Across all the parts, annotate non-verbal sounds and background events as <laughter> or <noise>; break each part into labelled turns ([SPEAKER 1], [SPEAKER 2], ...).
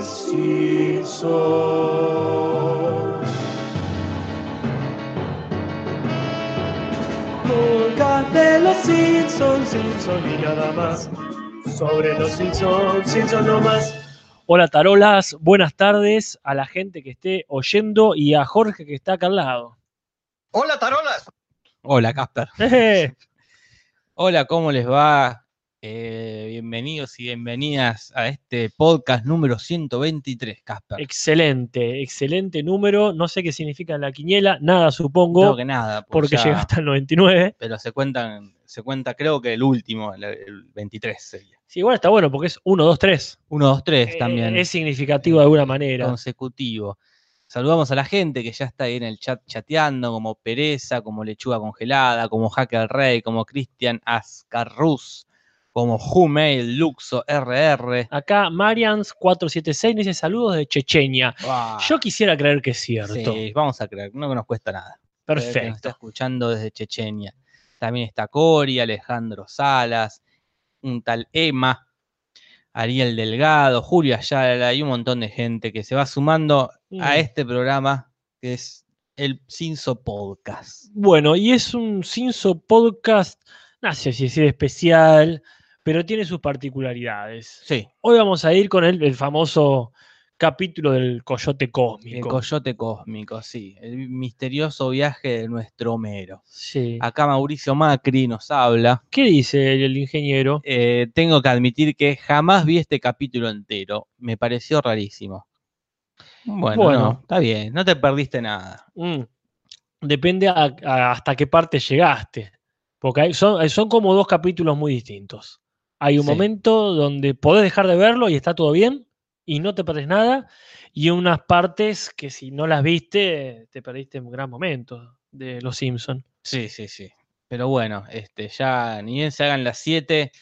[SPEAKER 1] sí soy. Nunca de los Simpsons, Simpson y nada más. Sobre los Simpsons, Simpson no más.
[SPEAKER 2] Hola Tarolas, buenas tardes a la gente que esté oyendo y a Jorge que está acá al
[SPEAKER 3] <laughs>
[SPEAKER 2] lado. <laughs>
[SPEAKER 4] Hola, tarolas.
[SPEAKER 3] Hola, Casper.
[SPEAKER 2] Eh,
[SPEAKER 3] Hola, ¿cómo les va? Eh, bienvenidos y bienvenidas a este podcast número 123, Casper.
[SPEAKER 2] excelente, excelente número. No sé qué significa en la quiniela, nada supongo,
[SPEAKER 3] Creo que nada, pues
[SPEAKER 2] porque
[SPEAKER 3] ya-
[SPEAKER 2] llega hasta el 99.
[SPEAKER 3] Pero se cuentan, se cuenta creo que el último, el, el 23 sería.
[SPEAKER 2] Sí, igual está bueno porque es 1, 2, 3.
[SPEAKER 3] 1, 2,
[SPEAKER 2] Eh,
[SPEAKER 3] 3 también.
[SPEAKER 2] Es significativo de alguna manera.
[SPEAKER 3] consecutivo. Saludamos a la gente que ya está ahí en el chat chateando, como Pereza, como Lechuga Congelada, como Hacker Rey, como Cristian Ascarruz, como Jumail, Luxo, RR.
[SPEAKER 2] Acá Marians476 dice saludos de Chechenia.
[SPEAKER 3] Buah,
[SPEAKER 2] Yo quisiera creer que es cierto.
[SPEAKER 3] Ah, sí, vamos a creer, no que nos cuesta nada. Creer que Nos está
[SPEAKER 2] Perfecto.
[SPEAKER 3] escuchando desde Chechenia. También está Cori, Alejandro Salas, un tal Emma, Ariel Delgado, Julio Ayala y un montón de gente que se va sumando a
[SPEAKER 2] Mm.
[SPEAKER 3] este programa que es el Cinso Podcast.
[SPEAKER 2] Bueno, y es un Cinso podcast, no sé si es especial, pero tiene sus particularidades.
[SPEAKER 3] Sí,
[SPEAKER 2] Hoy vamos a ir con el, el famoso capítulo del Coyote
[SPEAKER 3] el
[SPEAKER 2] Cósmico.
[SPEAKER 3] coyote cósmico, sí, el misterioso viaje de nuestro Homero.
[SPEAKER 2] Sí.
[SPEAKER 3] Acá Mauricio Macri nos habla.
[SPEAKER 2] ¿Qué dice el, el ingeniero?
[SPEAKER 3] Eh, tengo que admitir que jamás vi este capítulo entero. Me pareció rarísimo. Bueno,
[SPEAKER 2] Bueno.
[SPEAKER 3] no, está bien, no te perdiste nada.
[SPEAKER 2] Mm, Depende a- a- hasta qué parte llegaste. Porque hay- son, eh, son como dos capítulos muy distintos. Hay un
[SPEAKER 3] Sí.
[SPEAKER 2] momento donde podés dejar de verlo y está todo bien y no te perdés nada. Y unas partes que si no las viste, te perdiste un gran momento de Los Simpsons.
[SPEAKER 3] Sí, sí, sí. Pero bueno, este, ya ni bien se hagan las 7,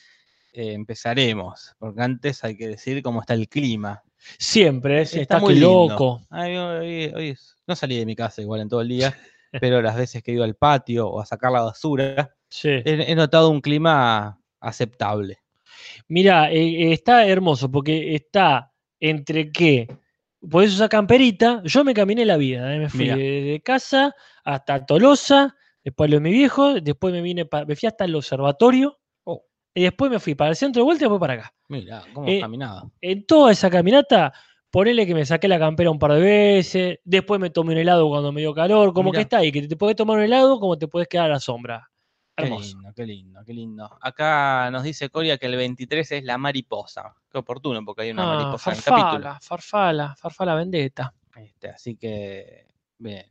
[SPEAKER 3] eh, empezaremos. Porque antes hay que decir cómo está el clima.
[SPEAKER 2] Siempre, es- está,
[SPEAKER 3] muy
[SPEAKER 2] que
[SPEAKER 3] lindo.
[SPEAKER 2] loco.
[SPEAKER 3] Ay, hoy- hoy- hoy es- no salí de mi casa igual en todo el
[SPEAKER 2] <laughs>
[SPEAKER 3] día, pero las veces que he ido al patio o a sacar la basura,
[SPEAKER 2] Sí.
[SPEAKER 3] he, he notado un clima aceptable.
[SPEAKER 2] Mira, eh, eh, está hermoso porque está entre que podés usar camperita. Yo me caminé la vida, eh, me fui
[SPEAKER 3] Mirá.
[SPEAKER 2] de, de casa hasta Tolosa, después lo de mi viejo, después me vine pa- me fui hasta el observatorio
[SPEAKER 3] Oh.
[SPEAKER 2] y después me fui para el centro de vuelta y después para acá.
[SPEAKER 3] Mira, cómo
[SPEAKER 2] Eh,
[SPEAKER 3] caminaba.
[SPEAKER 2] En toda esa caminata, ponele que me saqué la campera un par de veces, después me tomé un helado cuando me dio calor, como que
[SPEAKER 3] Mirá.
[SPEAKER 2] está ahí, que te podés tomar un helado como te podés quedar a la sombra.
[SPEAKER 3] Qué
[SPEAKER 2] Hermoso.
[SPEAKER 3] lindo, qué lindo, qué lindo. Acá nos dice Coria que el 23 es la mariposa. Qué oportuno, porque hay una
[SPEAKER 2] Ah,
[SPEAKER 3] mariposa en el capítulo.
[SPEAKER 2] farfala, farfala, farfala vendetta.
[SPEAKER 3] Este, así que, bien.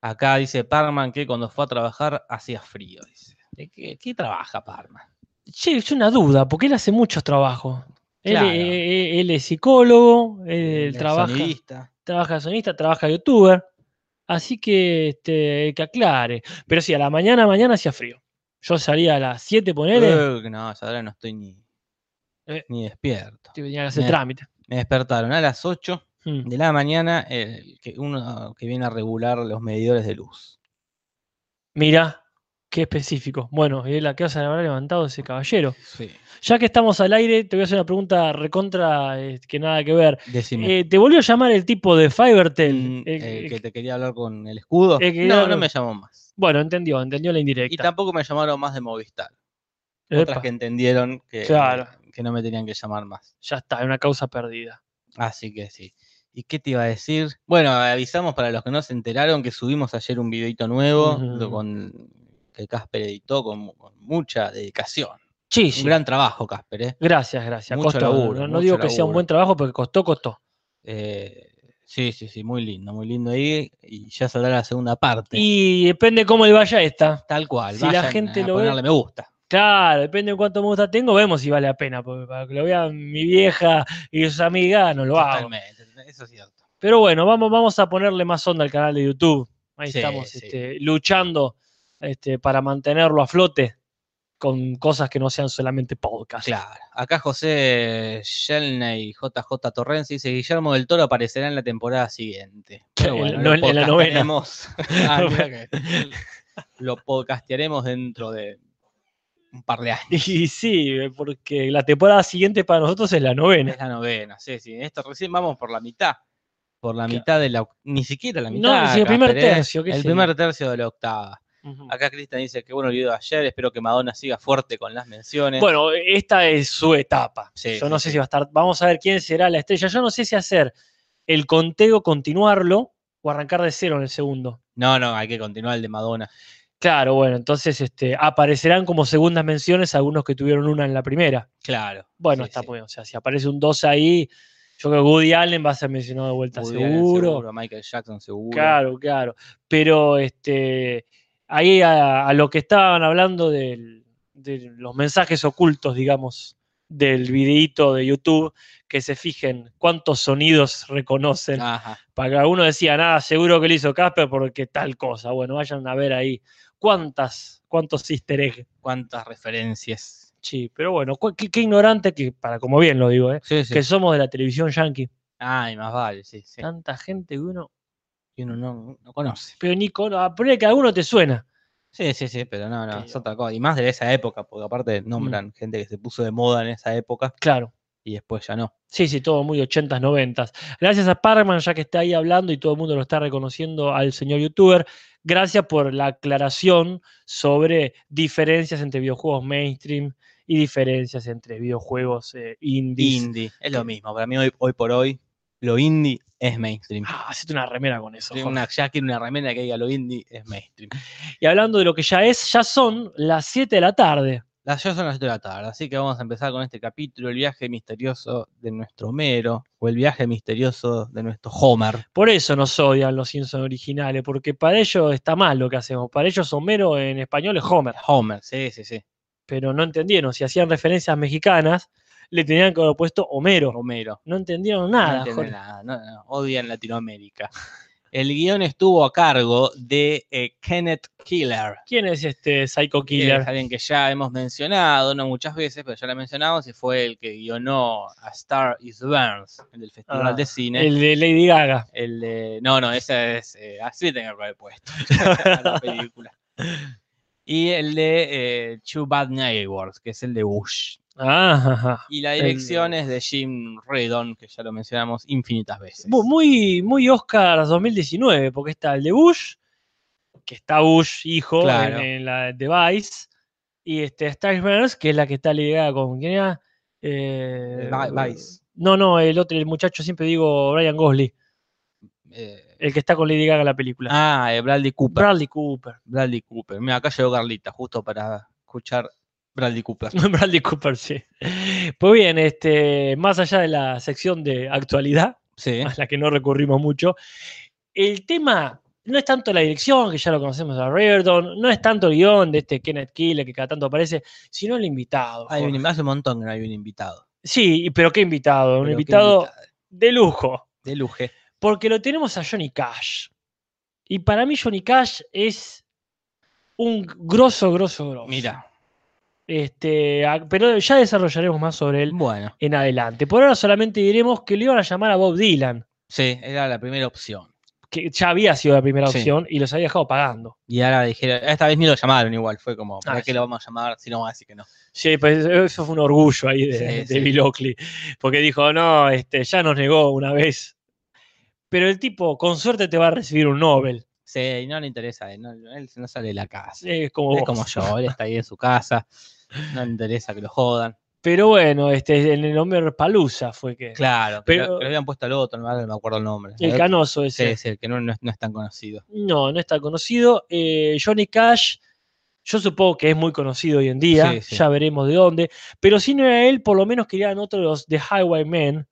[SPEAKER 3] Acá dice Parman que cuando fue a trabajar hacía frío. Dice. ¿De qué, qué trabaja Parman?
[SPEAKER 2] Che, es una duda, porque él hace muchos trabajos. Él,
[SPEAKER 3] Claro.
[SPEAKER 2] eh, eh, él es psicólogo, él
[SPEAKER 3] El
[SPEAKER 2] trabaja,
[SPEAKER 3] sonidista.
[SPEAKER 2] trabaja de sonista, trabaja de youtuber. Así que este, que aclare. Pero sí, a la mañana, mañana hacía frío. Yo salía a las 7, ponele,
[SPEAKER 3] Eh, no, ya ahora no estoy ni,
[SPEAKER 2] Eh.
[SPEAKER 3] ni despierto.
[SPEAKER 2] tenía que hacer
[SPEAKER 3] me-
[SPEAKER 2] trámite.
[SPEAKER 3] Me despertaron a las 8
[SPEAKER 2] Mm.
[SPEAKER 3] de la mañana, el que uno que viene a regular los medidores de luz.
[SPEAKER 2] Mirá, qué específico. Bueno, eh, ¿y él a qué hora se habrá levantado ese caballero?
[SPEAKER 3] Sí.
[SPEAKER 2] Ya que estamos al aire, te voy a hacer una pregunta recontra eh, que nada que ver.
[SPEAKER 3] Decime.
[SPEAKER 2] Eh, ¿Te volvió a llamar el tipo de Fivertel?
[SPEAKER 3] Mm,
[SPEAKER 2] El-
[SPEAKER 3] eh,
[SPEAKER 2] el-
[SPEAKER 3] que te quería hablar con el escudo.
[SPEAKER 2] el que
[SPEAKER 3] no,
[SPEAKER 2] era-
[SPEAKER 3] no me llamó más.
[SPEAKER 2] Bueno, entendió, entendió la
[SPEAKER 3] Y
[SPEAKER 2] indirecta.
[SPEAKER 3] tampoco me llamaron más de Movistar. Otras
[SPEAKER 2] Epa.
[SPEAKER 3] que entendieron que,
[SPEAKER 2] Claro.
[SPEAKER 3] que no me tenían que llamar más.
[SPEAKER 2] ya está, es una causa perdida.
[SPEAKER 3] Así que sí. ¿Y qué te iba a decir? Bueno, avisamos para los que no se enteraron que subimos ayer un videito nuevo
[SPEAKER 2] Ujú.
[SPEAKER 3] lo con, que Casper editó con, mu- con mucha dedicación.
[SPEAKER 2] Sí,
[SPEAKER 3] Un gran trabajo, Casper. ¿eh?
[SPEAKER 2] Gracias, gracias.
[SPEAKER 3] Mucho
[SPEAKER 2] costó.
[SPEAKER 3] laburo,
[SPEAKER 2] no no
[SPEAKER 3] mucho
[SPEAKER 2] digo que sea un
[SPEAKER 3] laburo.
[SPEAKER 2] buen trabajo porque costó, costó.
[SPEAKER 3] Eh, sí, sí, sí, muy lindo, muy lindo ahí. Y ya saldrá la segunda parte.
[SPEAKER 2] Y depende cómo le vaya esta.
[SPEAKER 3] Tal cual.
[SPEAKER 2] si la
[SPEAKER 3] vayan
[SPEAKER 2] gente
[SPEAKER 3] a
[SPEAKER 2] lo ve-
[SPEAKER 3] ponerle me gusta.
[SPEAKER 2] Claro, depende de cuánto me gusta tengo, vemos si vale la pena. Porque para que lo vea mi vieja y sus amigas, no lo hago.
[SPEAKER 3] Totalmente, eso es cierto.
[SPEAKER 2] Pero bueno, vamos, vamos a ponerle más onda al canal de YouTube. Ahí
[SPEAKER 3] Sí,
[SPEAKER 2] estamos
[SPEAKER 3] sí.
[SPEAKER 2] este, luchando este, para mantenerlo a flote con cosas que no sean solamente podcast.
[SPEAKER 3] Claro. Acá José Shelney, JJ Torrense dice: Guillermo del Toro aparecerá en la
[SPEAKER 2] <laughs>
[SPEAKER 3] temporada siguiente. Pero
[SPEAKER 2] En-
[SPEAKER 3] bueno,
[SPEAKER 2] no
[SPEAKER 3] lo
[SPEAKER 2] en- en la <laughs>
[SPEAKER 3] podcastearemos- Ah, mira que- lo podcastearemos dentro de un par de
[SPEAKER 2] <laughs>
[SPEAKER 3] años.
[SPEAKER 2] Y sí, porque la temporada siguiente para nosotros es la novena.
[SPEAKER 3] Es la novena, sí, sí. Esto recién vamos por la mitad. Por la mitad de la. oc- Ni siquiera la mitad.
[SPEAKER 2] No, sí, el primer
[SPEAKER 3] Cáceres,
[SPEAKER 2] tercio, qué
[SPEAKER 3] El
[SPEAKER 2] sé
[SPEAKER 3] primer tercio de la octava.
[SPEAKER 2] Ujú.
[SPEAKER 3] Acá Cristian dice que bueno el video de ayer. Espero que Madonna siga fuerte con las menciones.
[SPEAKER 2] Bueno, esta es su etapa.
[SPEAKER 3] Sí,
[SPEAKER 2] Yo
[SPEAKER 3] sí,
[SPEAKER 2] no sé
[SPEAKER 3] sí.
[SPEAKER 2] si va a estar. Vamos a ver quién será la estrella. Yo no sé si hacer el conteo, continuarlo o arrancar de cero en el segundo.
[SPEAKER 3] No, no, hay que continuar el de Madonna.
[SPEAKER 2] Claro, bueno, entonces este, aparecerán como segundas menciones algunos que tuvieron una en la primera.
[SPEAKER 3] Claro.
[SPEAKER 2] Bueno,
[SPEAKER 3] Sí,
[SPEAKER 2] está
[SPEAKER 3] sí.
[SPEAKER 2] muy bien. O sea, si aparece un 2 ahí, yo creo que Woody Allen va a ser mencionado de vuelta
[SPEAKER 3] Woody Allen
[SPEAKER 2] seguro.
[SPEAKER 3] Michael Jackson seguro.
[SPEAKER 2] Claro, claro. Pero este, ahí a, a lo que estaban hablando del- de los mensajes ocultos, digamos, del videíto de YouTube, que se fijen cuántos sonidos reconocen.
[SPEAKER 3] Ajá.
[SPEAKER 2] Para que alguno decía, nada, seguro que lo hizo Casper porque tal cosa. Bueno, vayan a ver ahí cuántas, cuántos easter eggs.
[SPEAKER 3] Cuántas referencias.
[SPEAKER 2] Sí, pero bueno, cu- qué, qué ignorante que, para como bien lo digo, ¿eh?
[SPEAKER 3] Sí, sí.
[SPEAKER 2] que somos de la televisión yankee.
[SPEAKER 3] Ay, Ah, más vale, sí, sí.
[SPEAKER 2] Tanta gente que uno,
[SPEAKER 3] Que uno no, no conoce.
[SPEAKER 2] pero ni con, a poner que alguno te suena.
[SPEAKER 3] Sí, sí, sí, pero no, no, es
[SPEAKER 2] Pero-
[SPEAKER 3] otra cosa. Y más de esa época, porque aparte nombran
[SPEAKER 2] Mm.
[SPEAKER 3] gente que se puso de moda en esa época
[SPEAKER 2] Claro.
[SPEAKER 3] y después ya no.
[SPEAKER 2] Sí, sí, todo muy 80s, 90s. Gracias a Parman, ya que está ahí hablando y todo el mundo lo está reconociendo al señor youtuber. Gracias por la aclaración sobre diferencias entre videojuegos mainstream y diferencias entre videojuegos eh, indies.
[SPEAKER 3] Indie, es lo mismo. Para mí hoy, hoy por hoy, lo indie es mainstream.
[SPEAKER 2] Ah, hacete una remera con eso.
[SPEAKER 3] Tiene
[SPEAKER 2] Jorge.
[SPEAKER 3] una, ya quiero una remera que diga lo indie es mainstream.
[SPEAKER 2] Y hablando de lo que ya es, ya son las 7 de la tarde.
[SPEAKER 3] Las ya son las 7 de la tarde, así que vamos a empezar con este capítulo, el viaje misterioso de nuestro Homero, o el viaje misterioso de nuestro Homer.
[SPEAKER 2] Por eso nos odian los Simpsons originales, porque para ellos está mal lo que hacemos. Para ellos Homero en español es Homer.
[SPEAKER 3] Homer, sí, sí, sí.
[SPEAKER 2] pero no entendieron. Si hacían referencias mexicanas, le tenían que haber puesto Homero.
[SPEAKER 3] Homero.
[SPEAKER 2] No entendieron
[SPEAKER 3] No
[SPEAKER 2] nada. Jorge.
[SPEAKER 3] entienden nada, no, no, odian Latinoamérica. El guión estuvo a cargo de eh, Kenneth Killer.
[SPEAKER 2] ¿Quién es este Psycho
[SPEAKER 3] que
[SPEAKER 2] Killer?
[SPEAKER 3] Es alguien que ya hemos mencionado, no muchas veces, pero ya lo mencionamos, y fue el que guionó a Star is Burns, el del Festival
[SPEAKER 2] Ah,
[SPEAKER 3] de Cine. El,
[SPEAKER 2] El de Lady Gaga.
[SPEAKER 3] de- no, no, esa es. eh, así le tengo que haber puesto <laughs> a la película. Y el de eh, Two Bad Neighbors, que es el de Bush.
[SPEAKER 2] Ah, ajá.
[SPEAKER 3] Y la
[SPEAKER 2] El-
[SPEAKER 3] dirección es de Jim Redon, que ya lo mencionamos infinitas veces.
[SPEAKER 2] Mu- Muy, muy Oscar 2019, porque está el de Bush, que está Bush, hijo,
[SPEAKER 3] Claro.
[SPEAKER 2] en, en la de Vice, y este Star Wars, que es la que está ligada con ¿quién era? Eh,
[SPEAKER 3] Vi- Vice.
[SPEAKER 2] No, no, el otro, el muchacho siempre digo Brian Gosling,
[SPEAKER 3] Eh,
[SPEAKER 2] el que está con Lady Gaga en la película.
[SPEAKER 3] ah, eh, Bradley Cooper.
[SPEAKER 2] Bradley Cooper.
[SPEAKER 3] Bradley Cooper. Mira, acá llegó Carlita, justo para escuchar Bradley Cooper.
[SPEAKER 2] <laughs> Bradley Cooper, sí. Pues bien, este, más allá de la sección de actualidad,
[SPEAKER 3] Sí.
[SPEAKER 2] a la que no recurrimos mucho, el tema no es tanto la dirección, que ya lo conocemos a Reardon, no es tanto el guión de este Kenneth Killer que cada tanto aparece, sino el invitado.
[SPEAKER 3] Hay un
[SPEAKER 2] Jorge.
[SPEAKER 3] invi- hace un montón que no hay un invitado.
[SPEAKER 2] Sí, y- pero qué invitado,
[SPEAKER 3] Pero
[SPEAKER 2] un
[SPEAKER 3] qué
[SPEAKER 2] invitado
[SPEAKER 3] invitado,
[SPEAKER 2] de lujo,
[SPEAKER 3] De lujo.
[SPEAKER 2] porque lo tenemos a Johnny Cash. Y para mí Johnny Cash es un grosso, grosso, grosso.
[SPEAKER 3] Mira,
[SPEAKER 2] Este, a- pero ya desarrollaremos más sobre él
[SPEAKER 3] bueno,
[SPEAKER 2] en adelante. Por ahora solamente diremos que le iban a llamar a Bob Dylan,
[SPEAKER 3] sí, era la primera opción.
[SPEAKER 2] que ya había sido la primera
[SPEAKER 3] Sí.
[SPEAKER 2] opción y los había dejado pagando.
[SPEAKER 3] Y ahora dijeron, esta vez ni lo llamaron igual, fue como, ¿para
[SPEAKER 2] Ah, sí.
[SPEAKER 3] qué lo vamos a llamar si no así que no?
[SPEAKER 2] Sí, pues eso fue un orgullo ahí de,
[SPEAKER 3] Sí,
[SPEAKER 2] de
[SPEAKER 3] sí.
[SPEAKER 2] Bill Oakley, porque dijo, no, este, ya nos negó una vez. Pero el tipo, con suerte, te va a recibir un Nobel.
[SPEAKER 3] Sí, y no le interesa, a él no, él no sale de la casa.
[SPEAKER 2] Es como,
[SPEAKER 3] Es
[SPEAKER 2] vos.
[SPEAKER 3] como yo, él está ahí en su casa, no le interesa que lo jodan.
[SPEAKER 2] Pero bueno, este, en el nombre Palusa fue que.
[SPEAKER 3] Claro,
[SPEAKER 2] Pero-
[SPEAKER 3] pero, que lo habían puesto al otro, no me acuerdo el nombre.
[SPEAKER 2] El canoso ese.
[SPEAKER 3] Sí, sí, el que no, no es, no es tan conocido.
[SPEAKER 2] No, no está conocido. Eh, Johnny Cash, yo supongo que es muy conocido hoy en día,
[SPEAKER 3] Sí, sí.
[SPEAKER 2] ya veremos de dónde. Pero si no era él, por lo menos querían otros de Highwaymen,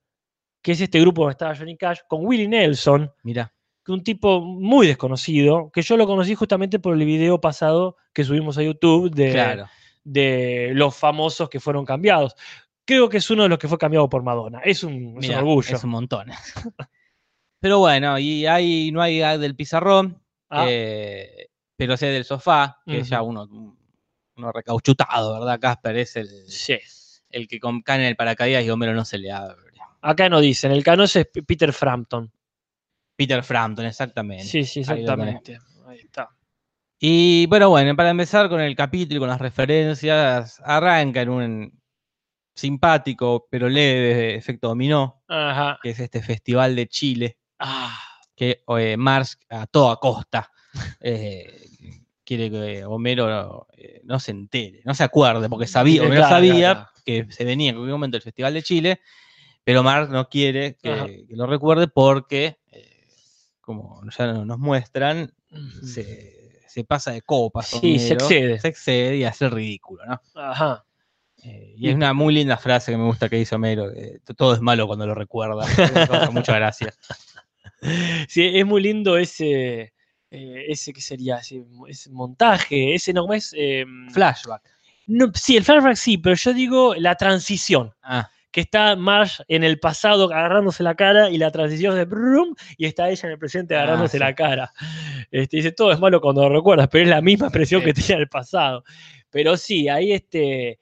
[SPEAKER 2] que es este grupo donde estaba Johnny Cash, con Willie Nelson,
[SPEAKER 3] Mira,
[SPEAKER 2] que un tipo muy desconocido, que yo lo conocí justamente por el video pasado que subimos a YouTube de,
[SPEAKER 3] claro.
[SPEAKER 2] de los famosos que fueron cambiados. Creo que es uno de los que fue cambiado por Madonna. Es un, es un
[SPEAKER 3] Mirá,
[SPEAKER 2] orgullo.
[SPEAKER 3] Es un montón. <laughs> Pero bueno, y hay, no hay gag del pizarrón,
[SPEAKER 2] Ah,
[SPEAKER 3] eh, pero sé del sofá, que es ya
[SPEAKER 2] Ujú.
[SPEAKER 3] uno, uno recauchutado, ¿verdad? Casper es el,
[SPEAKER 2] sí.
[SPEAKER 3] el que con- cae en el paracaídas y Homero no se le abre.
[SPEAKER 2] Acá no dicen, el canoso es P- Peter Frampton.
[SPEAKER 3] Peter Frampton, exactamente.
[SPEAKER 2] Sí, sí,
[SPEAKER 3] Ahí lo tenés.
[SPEAKER 2] exactamente. Ahí está.
[SPEAKER 3] Y bueno, bueno, para empezar con el capítulo, y con las referencias, arranca en un simpático pero leve efecto dominó,
[SPEAKER 2] Ajá.
[SPEAKER 3] que es este festival de Chile
[SPEAKER 2] Ah,
[SPEAKER 3] que eh, Marx a toda
[SPEAKER 2] <laughs>
[SPEAKER 3] costa eh, quiere que Homero eh, no se entere, no se acuerde, porque
[SPEAKER 2] <laughs>
[SPEAKER 3] sabía,
[SPEAKER 2] Eh,
[SPEAKER 3] Homero
[SPEAKER 2] claro,
[SPEAKER 3] sabía
[SPEAKER 2] claro,
[SPEAKER 3] que se venía en cualquier momento el Festival de Chile, pero Marx no quiere
[SPEAKER 2] Ajá.
[SPEAKER 3] que, que lo recuerde porque, eh, como ya no- nos muestran,
[SPEAKER 2] mm,
[SPEAKER 3] se, se pasa de copas.
[SPEAKER 2] Sí, se
[SPEAKER 3] Homero,
[SPEAKER 2] excede.
[SPEAKER 3] Se excede y hace el ridículo, ¿no?
[SPEAKER 2] Ajá.
[SPEAKER 3] Eh, y es una muy linda frase que me gusta que dice Homero, que to- todo es malo cuando lo
[SPEAKER 2] <laughs>
[SPEAKER 3] recuerda. Muchas gracias.
[SPEAKER 2] Sí, es muy lindo ese, eh, ese que sería, ese, ese montaje, ese no ¿cómo es... Em,
[SPEAKER 3] Flashback.
[SPEAKER 2] no, sí, el flashback sí, pero yo digo la transición,
[SPEAKER 3] Ah.
[SPEAKER 2] que está Marge en el pasado agarrándose la cara y la transición de brum, y está ella en el presente
[SPEAKER 3] Ah,
[SPEAKER 2] agarrándose
[SPEAKER 3] sí.
[SPEAKER 2] la cara. Este, dice, todo es malo cuando lo recuerdas, pero es la misma expresión que tenía en el pasado. Pero sí, ahí este...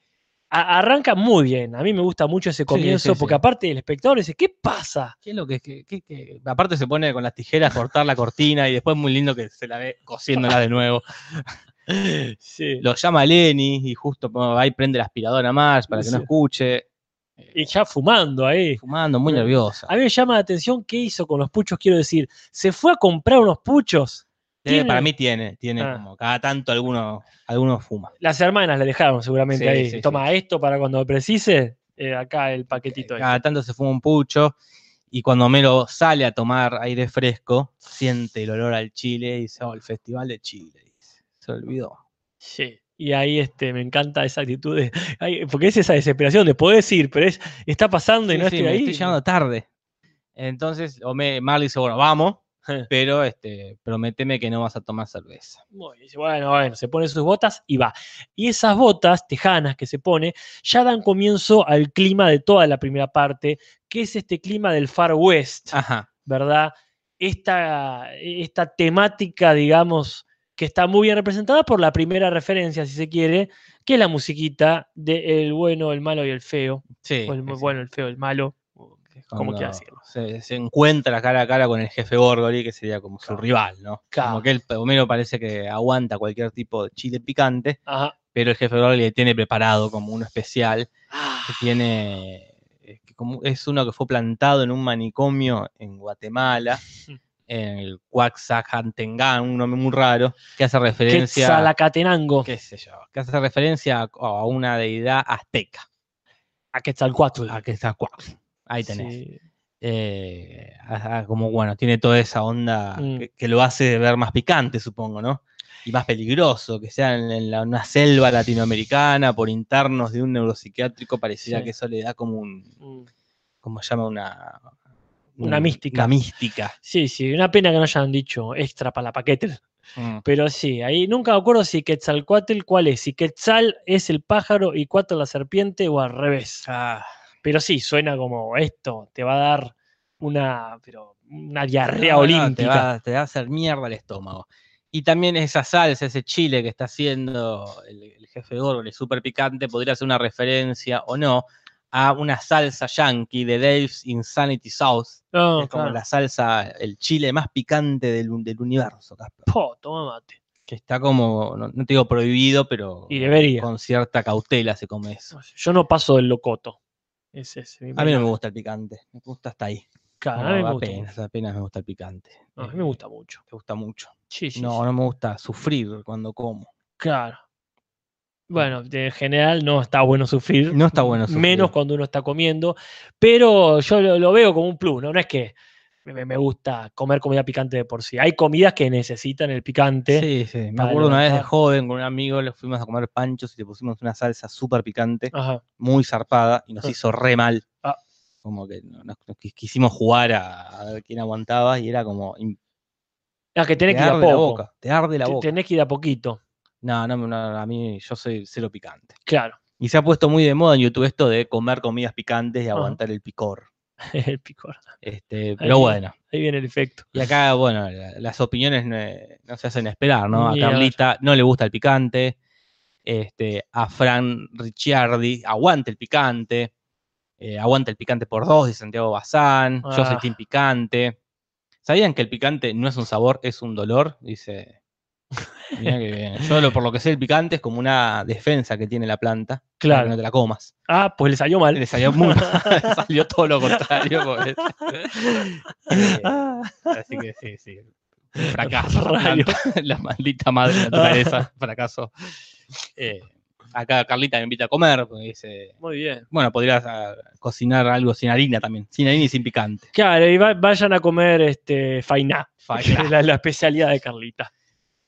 [SPEAKER 2] a- Arranca muy bien, a mí me gusta mucho ese comienzo,
[SPEAKER 3] sí,
[SPEAKER 2] porque
[SPEAKER 3] sí.
[SPEAKER 2] aparte el espectador dice, ¿qué pasa?
[SPEAKER 3] ¿Qué es lo que, que- que- que- Aparte se pone con las tijeras a cortar la cortina y después muy lindo que se la ve cosiéndola de nuevo.
[SPEAKER 2] Sí.
[SPEAKER 3] Lo llama Lenny y justo ahí prende la aspiradora más para que no
[SPEAKER 2] Sí.
[SPEAKER 3] escuche.
[SPEAKER 2] Y ya fumando ahí.
[SPEAKER 3] Fumando, muy nerviosa.
[SPEAKER 2] A mí me llama la atención qué hizo con los puchos, quiero decir. ¿Se fue a comprar unos puchos? tiene-
[SPEAKER 3] Tiene- Eh, para mí tiene, tiene
[SPEAKER 2] Ah.
[SPEAKER 3] como cada tanto alguno, alguno fuma.
[SPEAKER 2] Las hermanas le dejaron seguramente
[SPEAKER 3] Sí,
[SPEAKER 2] ahí.
[SPEAKER 3] sí, sí.
[SPEAKER 2] Toma esto para cuando precise. eh, acá el paquetito. este.
[SPEAKER 3] Cada tanto se fuma un pucho y cuando Homero sale a tomar aire fresco, siente el olor al chile y dice, oh, el festival de Chile. dice. Se olvidó.
[SPEAKER 2] Sí. Y ahí este, me encanta esa actitud. de- <laughs> ay, porque es esa desesperación de podés ir, pero es, está pasando y
[SPEAKER 3] Sí,
[SPEAKER 2] no
[SPEAKER 3] sí,
[SPEAKER 2] estoy
[SPEAKER 3] me
[SPEAKER 2] ahí.
[SPEAKER 3] estoy llegando tarde. Entonces, Ome- Marley dice, bueno,
[SPEAKER 2] <laughs>
[SPEAKER 3] vamos,
[SPEAKER 2] Ja.
[SPEAKER 3] pero este, prométeme que no vas a tomar cerveza.
[SPEAKER 2] Bueno, y dice, bueno, bueno, se pone sus botas y va. Y esas botas tejanas que se pone ya dan comienzo al clima de toda la primera parte, que es este clima del Far West.
[SPEAKER 3] Ajá.
[SPEAKER 2] ¿verdad? Esta, esta temática, digamos, que está muy bien representada por la primera referencia, si se quiere, que es la musiquita de El bueno, el malo y el feo.
[SPEAKER 3] Sí.
[SPEAKER 2] o el muy
[SPEAKER 3] sí,
[SPEAKER 2] bueno, el feo, el malo, o que- como
[SPEAKER 3] cuando
[SPEAKER 2] quieras decirlo.
[SPEAKER 3] Se, se encuentra cara a cara con el jefe Gorgori, que sería como su
[SPEAKER 2] Claro.
[SPEAKER 3] rival, ¿no?
[SPEAKER 2] Claro.
[SPEAKER 3] Como que el Homero parece que aguanta cualquier tipo de chile picante,
[SPEAKER 2] Ajá.
[SPEAKER 3] pero el jefe Gorgori le tiene preparado como uno especial,
[SPEAKER 2] Ah,
[SPEAKER 3] que tiene... eh, que como- Es uno que fue plantado en un manicomio en
[SPEAKER 2] <laughs>
[SPEAKER 3] Guatemala, en el Cuaxacantengan, un nombre muy raro, que hace referencia
[SPEAKER 2] Quetzalacatenango,
[SPEAKER 3] qué sé yo, que hace referencia a, a una deidad azteca,
[SPEAKER 2] a Quetzalcoatl.
[SPEAKER 3] a que está Cuauhtli. Ahí tenés.
[SPEAKER 2] Sí.
[SPEAKER 3] Eh, a- a- como bueno, tiene toda esa onda
[SPEAKER 2] Mm.
[SPEAKER 3] que, que lo hace ver más picante, supongo, ¿no? Y más peligroso, que sea en, en la- una selva latinoamericana, por internos de un neuropsiquiátrico, pareciera
[SPEAKER 2] Sí.
[SPEAKER 3] que eso le da como un,
[SPEAKER 2] Mm.
[SPEAKER 3] como llama una...
[SPEAKER 2] Una
[SPEAKER 3] un-
[SPEAKER 2] mística.
[SPEAKER 3] Una mística.
[SPEAKER 2] Sí, sí, una pena que no hayan dicho extra para la paquete.
[SPEAKER 3] Mm.
[SPEAKER 2] Pero sí, ahí nunca me acuerdo si Quetzalcoatl cuál es, si Quetzal es el pájaro y Cuatro la serpiente o al revés.
[SPEAKER 3] Ah,
[SPEAKER 2] Pero sí, suena como esto, te va a dar una, pero una diarrea
[SPEAKER 3] Ah, No, no, te,
[SPEAKER 2] olímpica.
[SPEAKER 3] va, te va a hacer mierda el estómago. Y también esa salsa, ese chile que está haciendo el, el jefe Gorgon, el súper picante, podría ser una referencia o no a una salsa yankee de Dave's Insanity Sauce.
[SPEAKER 2] No,
[SPEAKER 3] es como
[SPEAKER 2] claro.
[SPEAKER 3] la salsa, el chile más picante del, un- del universo, Casper.
[SPEAKER 2] Po, toma mate.
[SPEAKER 3] Que está como, no, no te digo prohibido, pero
[SPEAKER 2] Y debería.
[SPEAKER 3] con cierta cautela se come eso.
[SPEAKER 2] Yo no paso del locoto. Ese es mi
[SPEAKER 3] A mí no me gusta el picante, me gusta hasta ahí.
[SPEAKER 2] Claro,
[SPEAKER 3] No,
[SPEAKER 2] a mí me gusta mucho.
[SPEAKER 3] apenas, apenas me gusta el picante.
[SPEAKER 2] No, a mí
[SPEAKER 3] Eh,
[SPEAKER 2] me gusta mucho.
[SPEAKER 3] Te gusta mucho.
[SPEAKER 2] Sí, sí,
[SPEAKER 3] No,
[SPEAKER 2] sí,
[SPEAKER 3] no me gusta sufrir cuando como.
[SPEAKER 2] Claro. Bueno, en general no está bueno sufrir.
[SPEAKER 3] Mm.
[SPEAKER 2] mm,
[SPEAKER 3] No está bueno sufrir.
[SPEAKER 2] Menos cuando uno está comiendo. Pero yo lo, lo veo como un plus, ¿no? No es que me, me gusta comer comida picante de por sí. Hay comidas que necesitan el picante.
[SPEAKER 3] Sí, sí. Me
[SPEAKER 2] para
[SPEAKER 3] acuerdo una vez de
[SPEAKER 2] levantar.
[SPEAKER 3] joven con un amigo, le fuimos a comer panchos y le pusimos una salsa súper picante,
[SPEAKER 2] Ajá.
[SPEAKER 3] muy zarpada, y nos
[SPEAKER 2] Ah.
[SPEAKER 3] hizo re mal.
[SPEAKER 2] Ah.
[SPEAKER 3] Como que no- nos, nos quis- quisimos jugar a, a ver quién aguantaba y era como. im-
[SPEAKER 2] Ah, que tenés
[SPEAKER 3] te
[SPEAKER 2] que ir a
[SPEAKER 3] arde la
[SPEAKER 2] poco.
[SPEAKER 3] boca. Te arde la
[SPEAKER 2] Te-
[SPEAKER 3] boca.
[SPEAKER 2] Tenés que ir a poquito.
[SPEAKER 3] No, no, no, no, a mí yo soy cero picante.
[SPEAKER 2] Claro. <laughs>
[SPEAKER 3] Y se ha puesto muy de moda en YouTube esto de comer comidas picantes y aguantar el picor.
[SPEAKER 2] el picor.
[SPEAKER 3] Este,
[SPEAKER 2] viene.
[SPEAKER 3] pero bueno.
[SPEAKER 2] Ah. Ahí viene el efecto.
[SPEAKER 3] Y acá, bueno, la- las opiniones no, eh, no se hacen esperar, ¿no? A
[SPEAKER 2] Ni a ver.
[SPEAKER 3] Carlita no le gusta el picante. Este, a Fran Ricciardi, aguanta el picante. eh, aguanta el picante por dos, de Santiago Bazán. Yo soy
[SPEAKER 2] Ah.
[SPEAKER 3] team picante. ¿Sabían que el picante no es un sabor, es un dolor? Dice Mirá que bien. Yo, lo- por lo que sé, el picante es como una defensa que tiene la planta. para
[SPEAKER 2] Claro.
[SPEAKER 3] que no te la comas.
[SPEAKER 2] <laughs> Ah, pues le salió mal.
[SPEAKER 3] <laughs> Le salió, muy mal, salió todo lo contrario.
[SPEAKER 2] <laughs>
[SPEAKER 3] pobre. Eh,
[SPEAKER 2] Ah,
[SPEAKER 3] Así que sí, sí. Un Fracaso. la
[SPEAKER 2] Rayo.
[SPEAKER 3] planta, <laughs> La maldita madre naturaleza. Fracaso. Eh, acá Carlita me invita a comer. porque Dice,
[SPEAKER 2] muy bien.
[SPEAKER 3] bueno, podrías ah, cocinar algo sin harina también. Sin harina y sin picante.
[SPEAKER 2] Claro, y va- vayan a comer este fainá, que
[SPEAKER 3] Fainá.
[SPEAKER 2] <laughs> es la, la especialidad de Carlita.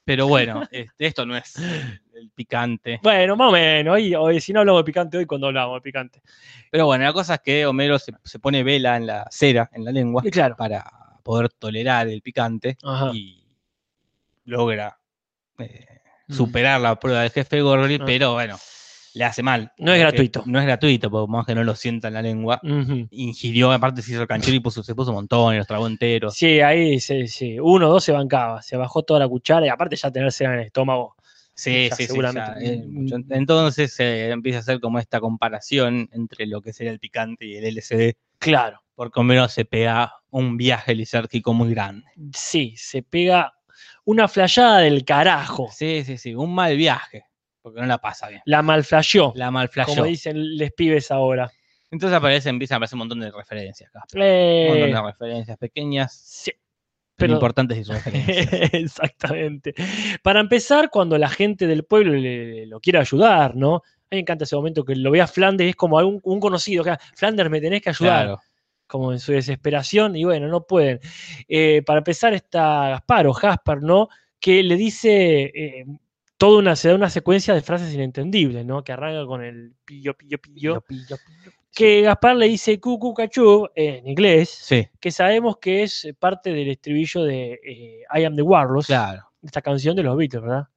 [SPEAKER 3] Pero bueno, este, esto no es el- el picante.
[SPEAKER 2] Bueno, más o menos. Hoy, hoy- si no hablamos de picante hoy, cuando hablamos de picante.
[SPEAKER 3] Pero bueno, la cosa es que Homero se, se pone vela en la cera, en la lengua,
[SPEAKER 2] Y claro.
[SPEAKER 3] para poder tolerar el picante
[SPEAKER 2] Ajá.
[SPEAKER 3] y logra eh,
[SPEAKER 2] Mm.
[SPEAKER 3] superar la prueba del jefe Gorri,
[SPEAKER 2] Ah.
[SPEAKER 3] pero bueno, le hace mal.
[SPEAKER 2] No es
[SPEAKER 3] porque
[SPEAKER 2] gratuito.
[SPEAKER 3] No es gratuito, porque más que no lo sienta en la lengua.
[SPEAKER 2] Ujú.
[SPEAKER 3] Ingirió, aparte se hizo el canchero y puso, se puso un montón y los tragó enteros.
[SPEAKER 2] Sí, ahí sí, sí. Uno o dos se bancaba, se bajó toda la cuchara y aparte ya tener cera en el estómago.
[SPEAKER 3] Sí,
[SPEAKER 2] Ya,
[SPEAKER 3] sí, sí,
[SPEAKER 2] seguramente.
[SPEAKER 3] ya, eh, mucho.
[SPEAKER 2] Mm.
[SPEAKER 3] Entonces se empieza a hacer como esta comparación entre lo que sería el picante y el LCD,
[SPEAKER 2] Claro,
[SPEAKER 3] porque Homero se pega un viaje lisérgico muy grande.
[SPEAKER 2] sí, se pega una flayada del carajo.
[SPEAKER 3] Sí, sí, sí, un mal viaje, porque no la pasa bien.
[SPEAKER 2] La malflasheó,
[SPEAKER 3] La mal
[SPEAKER 2] como dicen les pibes ahora.
[SPEAKER 3] Entonces aparece, empiezan a aparecer un montón de referencias acá. Un
[SPEAKER 2] Eh,
[SPEAKER 3] montón de referencias pequeñas,
[SPEAKER 2] sí,
[SPEAKER 3] pero
[SPEAKER 2] pero- <laughs>
[SPEAKER 3] importantes y sus referencias.
[SPEAKER 2] Exactamente. Para empezar, cuando la gente del pueblo le- lo quiere ayudar, ¿no? A mí me encanta ese momento que lo vea Flanders, es como algún, un conocido, que, "Ah, Flanders, me tenés que ayudar,
[SPEAKER 3] claro.
[SPEAKER 2] como en su desesperación, y bueno, no pueden. Eh, para empezar, está Gaspar o Jasper, ¿no? Que le dice, eh, toda una, se da una secuencia de frases inentendibles, ¿no? Que arranca con el pillo, pillo, pillo. Que Gaspar le dice cucu cachú en inglés,
[SPEAKER 3] Sí,
[SPEAKER 2] que sabemos que es parte del estribillo de eh, I Am the Warlords,
[SPEAKER 3] claro.
[SPEAKER 2] esta canción de los Beatles, ¿verdad?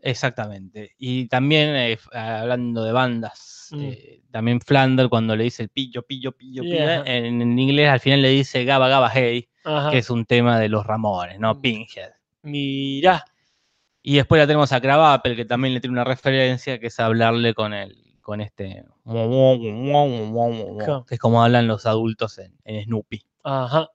[SPEAKER 3] Exactamente. Y también, eh, f- hablando de bandas,
[SPEAKER 2] Mm.
[SPEAKER 3] eh, también Flander cuando le dice el pillo, pillo, pillo, pillo,
[SPEAKER 2] Yeah.
[SPEAKER 3] eh, en, en inglés al final le dice gaba, gaba, hey,
[SPEAKER 2] Ajá.
[SPEAKER 3] que es un tema de los Ramones, ¿no?
[SPEAKER 2] Ah. Mm.
[SPEAKER 3] Pinhead.
[SPEAKER 2] Mirá,
[SPEAKER 3] Y después la tenemos a Cravapel, que también le tiene una referencia, que es hablarle con el, con este.
[SPEAKER 2] Claro.
[SPEAKER 3] Que es como hablan los adultos en, en Snoopy.
[SPEAKER 2] ajá.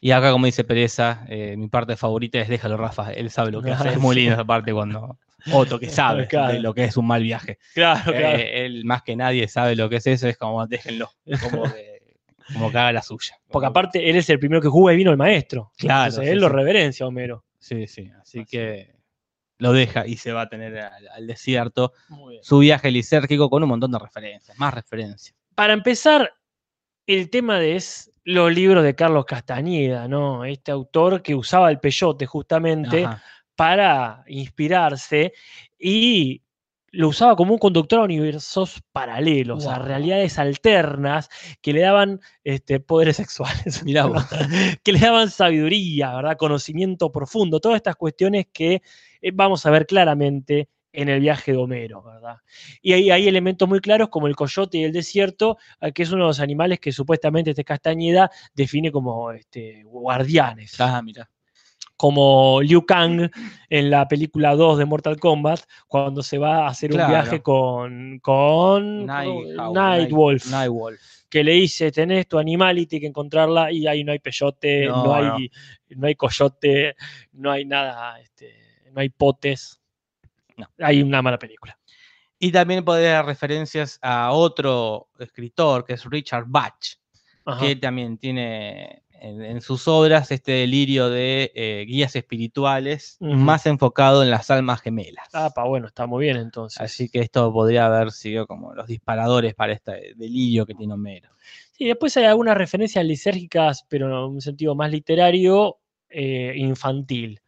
[SPEAKER 3] Y acá, como dice Pereza, eh, mi parte favorita es déjalo, Rafa, él sabe lo que hace. Es muy
[SPEAKER 2] <laughs>
[SPEAKER 3] linda esa parte cuando. Otto que sabe
[SPEAKER 2] Claro.
[SPEAKER 3] de lo que es un mal viaje.
[SPEAKER 2] <laughs> Claro, claro.
[SPEAKER 3] Eh, él más que nadie sabe lo que es eso, es como déjenlo. Como que, como que haga la suya.
[SPEAKER 2] <laughs> Porque aparte él es el primero que juega y vino el maestro.
[SPEAKER 3] Claro,
[SPEAKER 2] Entonces,
[SPEAKER 3] sí,
[SPEAKER 2] él lo
[SPEAKER 3] sí.
[SPEAKER 2] reverencia, Homero.
[SPEAKER 3] Sí, sí. Así que lo deja y se va a tener al- al desierto.
[SPEAKER 2] Muy bien.
[SPEAKER 3] su viaje lisérgico con un montón de referencias, más referencias.
[SPEAKER 2] Para empezar, el tema de es los libros de Carlos Castañeda, ¿no? Este autor que usaba el peyote justamente
[SPEAKER 3] Ajá.
[SPEAKER 2] para inspirarse y lo usaba como un conductor a universos paralelos, a
[SPEAKER 3] Guau.
[SPEAKER 2] realidades alternas que le daban este, poderes sexuales, <laughs>
[SPEAKER 3] Mirá vos.
[SPEAKER 2] que le daban sabiduría, ¿verdad? conocimiento profundo, todas estas cuestiones que eh, vamos a ver claramente en el viaje de Homero, ¿verdad? Y ahí hay elementos muy claros como el coyote y el desierto, eh, que es uno de los animales que supuestamente este Castañeda define como este, guardianes
[SPEAKER 3] Ah, mirá.
[SPEAKER 2] como Liu Kang en la película 2 de Mortal Kombat, cuando se va a hacer
[SPEAKER 3] Claro.
[SPEAKER 2] un viaje con, con
[SPEAKER 3] Nighthowl, Night-
[SPEAKER 2] Nightwolf,
[SPEAKER 3] Nightwolf.
[SPEAKER 2] que le dice, tenés tu animality que encontrarla y ahí no hay peyote, no,
[SPEAKER 3] No,
[SPEAKER 2] hay, no hay coyote, no hay nada, este, no hay potes.
[SPEAKER 3] No.
[SPEAKER 2] Hay una mala película.
[SPEAKER 3] Y también podés dar referencias a otro escritor que es Richard Bach,
[SPEAKER 2] Ajá.
[SPEAKER 3] que también tiene en, en sus obras este delirio de eh, guías espirituales
[SPEAKER 2] Ujú.
[SPEAKER 3] más enfocado en las almas gemelas.
[SPEAKER 2] Ah, pa, bueno, está muy bien entonces.
[SPEAKER 3] Así que esto podría haber sido como los disparadores para este delirio que tiene Homero.
[SPEAKER 2] Sí, después hay algunas referencias lisérgicas, pero en un sentido más literario, eh, infantil.